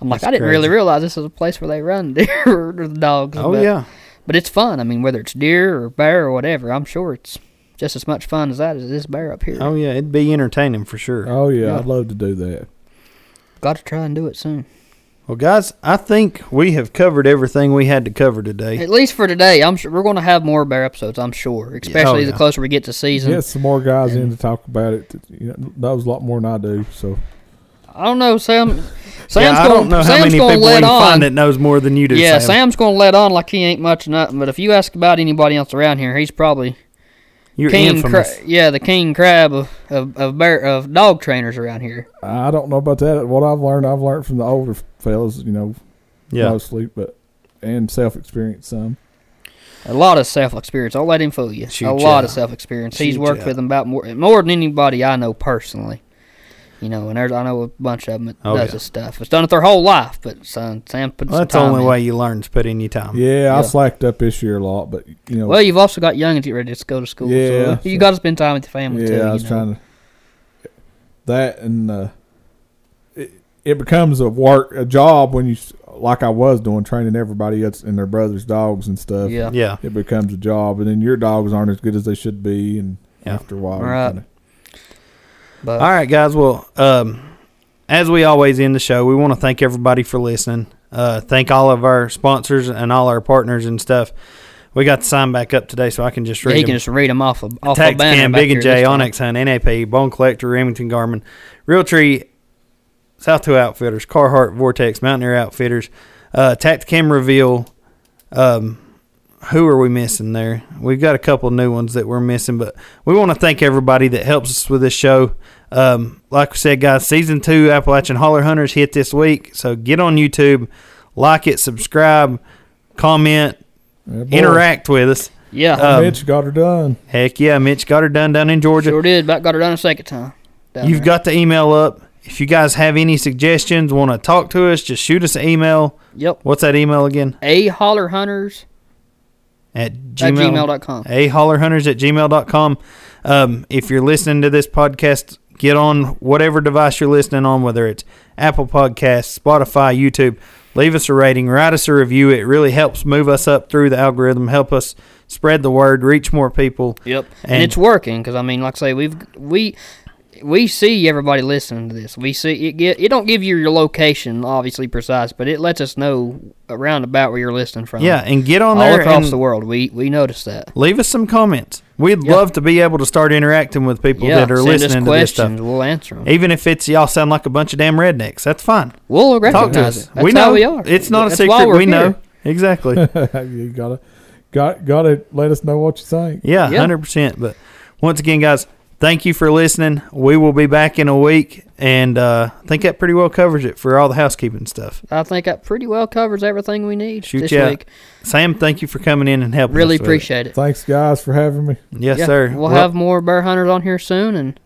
S3: I'm like,
S2: That's
S3: I didn't
S2: crazy.
S3: really realize this is a place where they run deer or the dogs.
S2: Oh
S3: but-
S2: yeah,
S3: but it's fun. I mean, whether it's deer or bear or whatever, I'm sure it's just as much fun as that as this bear up here.
S2: oh yeah, it'd be entertaining for sure.
S4: Oh yeah,
S3: Yeah.
S4: I'd love to do that.
S3: Got to try and do it soon.
S2: Well, guys, I think we have covered everything we had to cover today.
S3: At least for today, I'm sure we're going to have more bear episodes. I'm sure, especially
S2: Oh, yeah.
S3: the closer we get to season.
S4: Get some more guys in to talk about it. You know, knows a lot more than I do. So
S3: I don't know, Sam.
S2: yeah,
S3: Sam's
S2: I
S3: going.
S2: don't know
S3: Sam's
S2: how many
S3: gonna
S2: people we
S3: let
S2: can
S3: on.
S2: find that knows more than you do.
S3: yeah,
S2: Sam.
S3: Sam's going to let on like he ain't much of nothing. But if you ask about anybody else around here, he's probably
S2: you're
S3: king. Cra-
S2: infamous.
S3: yeah, the king crab of, of, of bear of dog trainers around here.
S4: I don't know about that. What I've learned, I've learned from the older fellas, you know,
S2: yeah,
S4: mostly, but and self experience some.
S3: A lot of self experience. I'll let him fool you.
S2: Shoot
S3: a
S2: ya.
S3: lot of self experience. He's
S2: Shoot
S3: worked
S2: ya.
S3: with them about more more than anybody I know personally. You know, and there's I know a bunch of them that
S2: Oh,
S3: does
S2: yeah.
S3: this stuff. It's done it their whole life, but son, Sam put
S2: well,
S3: some
S2: that's the
S3: time
S2: only
S3: in.
S2: way you learn is put in your time.
S4: Yeah,
S3: Um, Yeah.
S4: I slacked up this year a lot, but you know,
S3: Well, you've also got young and get ready to go to school.
S4: Yeah,
S3: so
S4: so-
S3: you got to spend time with your family
S4: yeah,
S3: too.
S4: I
S3: you
S4: was
S3: know.
S4: trying to that and uh, it, it becomes a work a job when you s- like I was doing training everybody else and their brothers' dogs and stuff.
S3: Yeah.
S2: yeah.
S4: it becomes a job, and then your dogs aren't as good as they should be, and
S2: Yeah.
S4: after a while, you
S3: Right.
S4: kinda-
S3: But
S2: All right, guys. Well, um, as we always end the show, we want to thank everybody for listening. Uh, thank all of our sponsors and all our partners and stuff. We got the sign back up today, so I can just
S3: yeah,
S2: read
S3: he
S2: them.
S3: can just read them off of off a
S2: Tax
S3: banner.
S2: Can,
S3: back
S2: Big and
S3: here this
S2: J,
S3: time.
S2: Onyx Hunt, NAP, Bone Collector, Remington Garmin, Realtree, South Two Outfitters, Carhartt, Vortex, Mountaineer Outfitters, uh, Tacticam Reveal. Um, who are we missing there? We've got a couple new ones that we're missing, but we want to thank everybody that helps us with this show. Um, like we said, guys, season two Appalachian Holler Hunters hit this week, so get on YouTube, like it, subscribe, comment,
S4: Yeah, boy,
S2: interact with us.
S3: Yeah,
S2: Uh, um,
S4: Mitch got her done.
S2: Heck yeah, Mitch got her done down in Georgia.
S3: sure did. About got her done a second time. down
S2: You've
S3: there.
S2: got the email up. If you guys have any suggestions, want to talk to us, just shoot us an email.
S3: Yep.
S2: What's that email again?
S3: A holler hunters
S2: At
S3: at
S2: gmail.
S3: gmail.com.
S2: a hollerhunters at gmail.com um, if you're listening to this podcast get on whatever device you're listening on whether it's apple Podcasts, spotify youtube leave us a rating write us a review it really helps move us up through the algorithm help us spread the word reach more people
S3: Yep. And,
S2: And-
S3: it's working because I mean, like I say, we've we we see everybody listening to this. We see it get it don't give you your location obviously precise, but it lets us know around about where you're listening from.
S2: yeah and get on
S3: Uh-huh. all
S2: there
S3: across
S2: and
S3: the world. We we notice that.
S2: leave us some comments we'd
S3: Yeah.
S2: love to be able to start interacting with people
S3: yeah.
S2: that are
S3: send us
S2: listening to this
S3: questions.
S2: stuff
S3: We'll answer them.
S2: even if it's y'all sound like a bunch of damn rednecks that's fine
S3: We'll
S2: talk to
S3: recognize
S2: us
S3: it. That's
S2: we
S3: how
S2: know
S3: we are.
S2: it's not a
S3: That's why
S2: secret
S3: we're
S2: we know
S3: here.
S2: exactly
S4: you gotta, got gotta let us know what you think.
S2: Yeah,
S3: Yeah.
S2: hundred percent. But once again, guys, thank you for listening. We will be back in a week, and uh, I think that pretty well covers it for all the housekeeping stuff.
S3: I think that pretty well covers everything we need
S2: Shoot
S3: this
S2: ya.
S3: week.
S2: Sam, thank you for coming in and helping.
S3: Really
S2: us with it.
S3: appreciate it.
S4: Thanks, guys, for having me.
S2: Yes,
S3: Yeah,
S2: sir.
S3: We'll,
S2: Well,
S3: have more bear hunters on here soon, and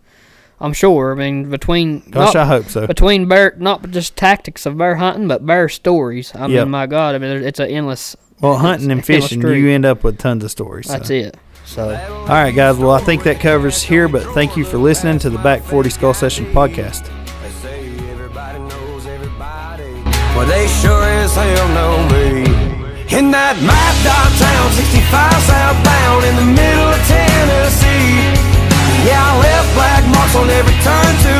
S3: I'm sure. I mean, between
S2: Gosh,
S3: not-
S2: I hope so.
S3: between bear not just tactics of bear hunting, but bear stories. I
S2: Yep.
S3: mean, my God, I mean, there- it's an endless.
S2: Well, hunting and
S3: it's endless
S2: fishing,
S3: street.
S2: you end up with tons of stories. so.
S3: That's it. So.
S2: All right, guys. Well, I think that covers here, but thank you for listening to the Back Forty Skull Session podcast.
S5: They say everybody knows everybody. Well, they sure as hell know me. In that mad dog town, 65 southbound in the middle of Tennessee. Yeah, I left black marks on every turn to